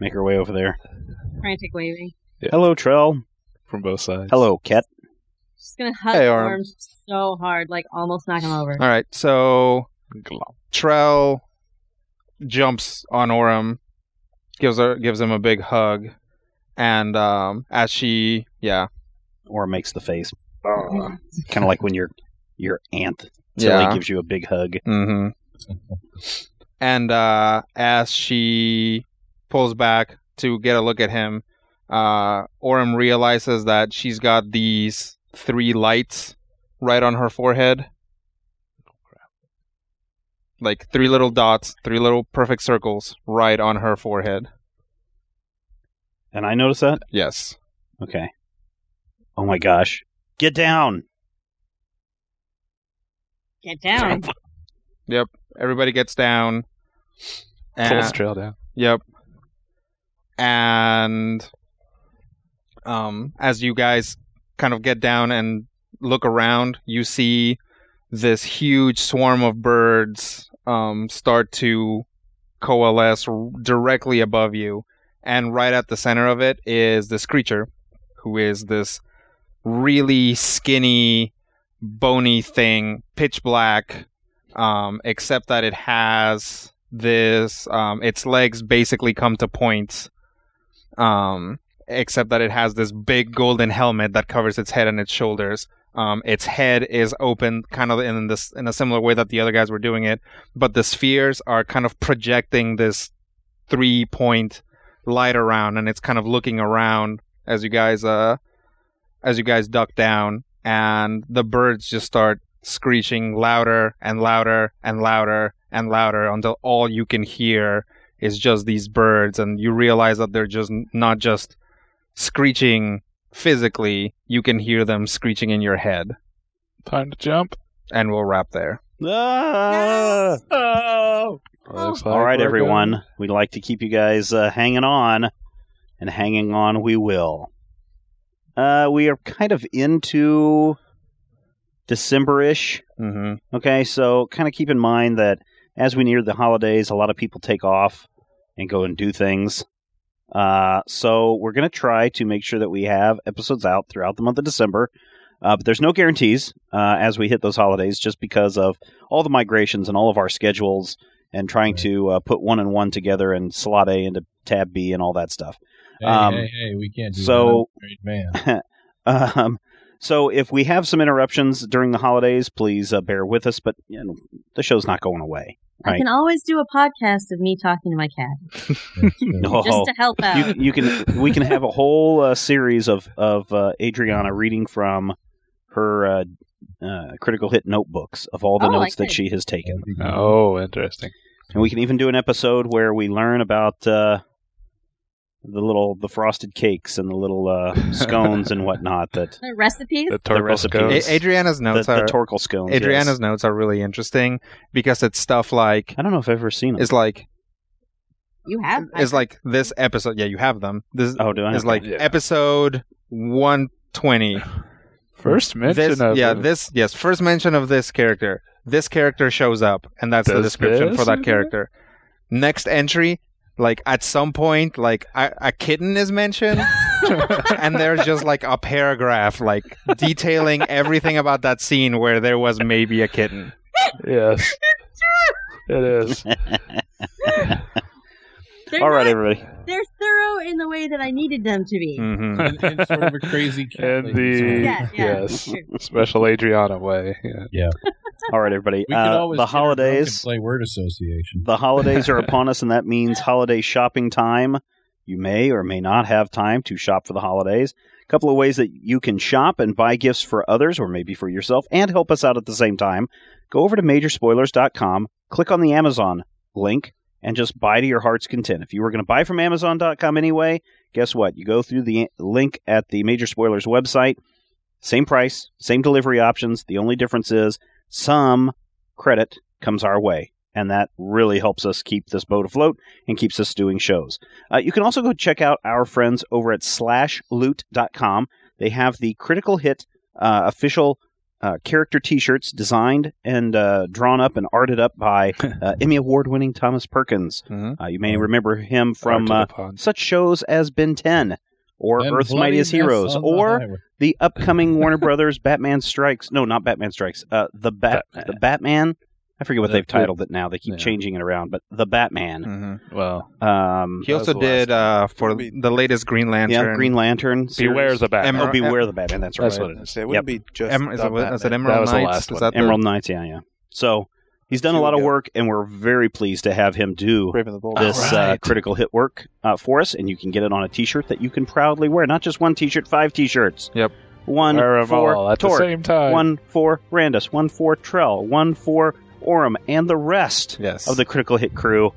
Make her way over there.
Frantic waving.
Hello, Trell.
from both sides.
Hello, Ket.
Just gonna hug
Hey, Orm.
Orm so hard, like almost knock him over.
All right, so
Glop.
Trell jumps on Orem, gives her gives him a big hug, and um, as she yeah
Or makes the face. kind of like when your your aunt Tilly
Yeah.
gives you a big hug.
mm-hmm. and uh, as she pulls back to get a look at him, uh, Orem realizes that she's got these three lights right on her forehead. Like three little dots, three little perfect circles right on her forehead.
And I notice that.
Yes.
Okay. Oh my gosh. Get down.
Get down.
Everybody gets down.
Full
And,
trail down.
yep. And um, as you guys kind of get down and look around, you see this huge swarm of birds um, start to coalesce r- directly above you. And right at the center of it is this creature, who is this really skinny, bony thing, pitch black, um, except that it has this, um, its legs basically come to points, um, except that it has this big golden helmet that covers its head and its shoulders. Um, its head is open, kind of in this in a similar way that the other guys were doing it, but the spheres are kind of projecting this three point light around, and it's kind of looking around as you guys uh as you guys duck down, and the birds just start screeching louder and louder and louder and louder until all you can hear is just these birds, and you realize that they're just n- not just screeching physically, you can hear them screeching in your head.
Time to jump.
And we'll wrap there.
Ah!
Oh!
Looks
All
like
right,
we're
everyone.
good.
We'd like to keep you guys uh, hanging on, and hanging on we will. Uh, we are kind of into December ish.
Mm-hmm.
Okay, so kind of keep in mind that as we near the holidays, a lot of people take off and go and do things. Uh, so we're going to try to make sure that we have episodes out throughout the month of December. Uh, but there's no guarantees uh, as we hit those holidays just because of all the migrations and all of our schedules and trying
Right.
to uh, put one and one together and slot A into tab B and all that stuff.
Hey,
Um,
hey, hey, we can't do
so-
that. I'm a married man.
Um, so if we have some interruptions during the holidays, please uh, bear with us. But you know, the show's not going away.
I can always do a podcast of me talking to my cat.
No.
Just to help out.
Oh. you, you can we can have a whole uh, series of of uh, Adriana reading from her uh, uh, critical hit notebooks of all the
Oh, I
notes that
see.
she has taken.
Oh, interesting.
And we can even do an episode where we learn about uh, the little the frosted cakes and the little uh, scones and whatnot that
The recipes?
The turtle
recipes.
A-
goes.
Adriana's
the,
notes
the
are
torkel scones. yes.
Adriana's notes are really interesting because it's stuff like
I don't know if I've ever seen them.
it's like
you have.
it's like this episode. Yeah, you have them. This
oh, do I?
is like
Yeah.
episode one twenty.
First mention
this,
of
yeah,
it.
this yes, first mention of this character. This character shows up, and that's the
Does
description for
this-
that character. Next entry, like at some point, like a, a kitten is mentioned, and there's just like a paragraph, like detailing everything about that scene where there was maybe a kitten.
yes. It is.
They're
All right,
not-
everybody.
They're thorough in the way that I needed them to be.
hmm
And, and sort of a crazy cat.
And
lady.
the-
Yeah, yeah.
Yes.
sure.
Special Adriana way. Yeah.
All right, everybody.
We could
Uh,
always
the
get her drunk and
holidays.
play word association.
The holidays are upon us, and that means holiday shopping time. You may or may not have time to shop for the holidays. A couple of ways that you can shop and buy gifts for others, or maybe for yourself, and help us out at the same time. Go over to majorspoilers.com, click on the Amazon link, and just buy to your heart's content. If you were going to buy from Amazon.com anyway, guess what? You go through the link at the Major Spoilers website. Same price, same delivery options. The only difference is some credit comes our way and that really helps us keep this boat afloat and keeps us doing shows. Uh, you can also go check out our friends over at slashloot.com. They have the Critical Hit uh, official uh, character t shirts designed and uh, drawn up and arted up by uh, Emmy Award winning Thomas Perkins.
Mhm.
Uh, you may remember him from
Or
uh,
to the pond.
such shows as Ben 10 or
And
Earth's
bloody uh,
Mightiest
mess
Heroes
on the
or
highway.
the upcoming Warner Brothers Batman Strikes. No, not Batman Strikes. Uh, the Bat,
Batman.
the Batman. I forget what
The-
they've titled it now. They keep
yeah. Hmm.
changing it around, but the Batman.
Well,
Um,
Mm-hmm. He
That was
also
the
did uh, for
We-
the latest Green Lantern.
yeah, Green Lantern. series.
beware the bat.
Em-
Oh,
Emerald-
beware the Batman. That's right.
That's what it is.
So it wouldn't be just
Em- is,
the
it, is it
Batman.
Emerald
was the
Knights?
last
Is
one.
that the-
Emerald Knights. Yeah, yeah. So he's done a
Here
lot
we
of
go.
work, and we're very pleased to have him do
Brave and the Bold.
this uh,
Alright.
critical hit work uh, for us, and you can get it on a T-shirt that you can proudly wear. Not just one T-shirt, five T-shirts.
Yep.
One
Wear 'em
for
all at the
Torque,
same time.
one for Randus, one for Trell, one for Orem, and the rest
Yes.
of the critical hit crew.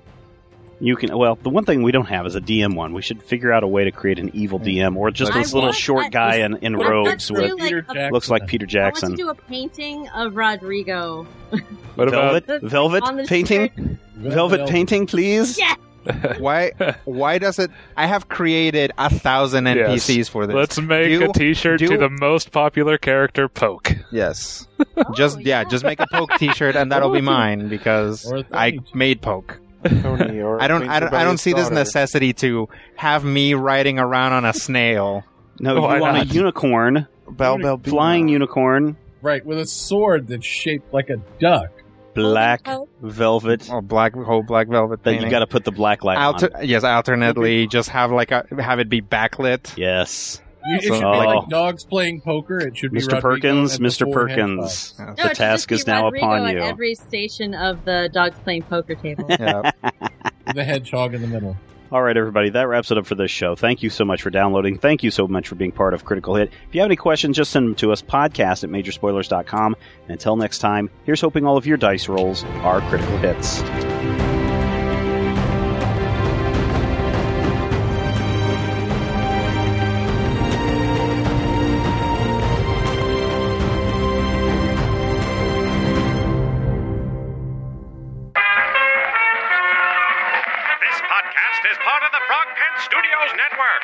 You can well. The one thing we don't have is a DM one. We should figure out a way to create an evil DM or just
Hmm. I
this little
want
short
that-
guy in, in
I'd love
robes
to
with
do, like,
Peter
a-
Jackson.
looks like Peter
I want to
Jackson.
do a painting of Rodrigo.
what about
Velvet,
That's
velvet
on the
painting, velvet
Velvet
painting, please.
Yeah.
why? Why does it? I have created a thousand NPCs for this.
Let's make
Do-
a T-shirt
do-
to the most popular character, Poke.
Yes.
Oh,
just yeah, just make a poke T-shirt and that'll be mine because
Or a
I
thing.
made poke.
Tony or
I don't,
Wayne's
I don't, I don't
rebellious
see this
daughter.
necessity to have me riding around on a snail.
No,
Why
you want a
not?
unicorn,
Bell, bell, bell.
flying unicorn,
Right, with a sword that's shaped like a duck.
black
Oh,
velvet.
or black whole black velvet
That
painting.
you got to put the black light
Alter-
on.
yes, alternately, just have like a, have it be backlit.
Yes,
You- It should be
Oh.
like dogs playing poker. It should be
Mr.
Rodrigo
Perkins,
and the
Mr.
four
Perkins,
handcuffs.
no, it
the
should
task
just
is
be
now
Rodrigo
upon
At
you.
every station of the dogs playing poker table.
Yeah.
handcuffs. The hedgehog in the middle.
All right, everybody, that wraps it up for this show. Thank you so much for downloading. Thank you so much for being part of Critical Hit. If you have any questions, just send them to us, podcast at majorspoilers.com. And until next time, here's hoping all of your dice rolls are critical hits.
This podcast is part of the Frog Pants Studios Network.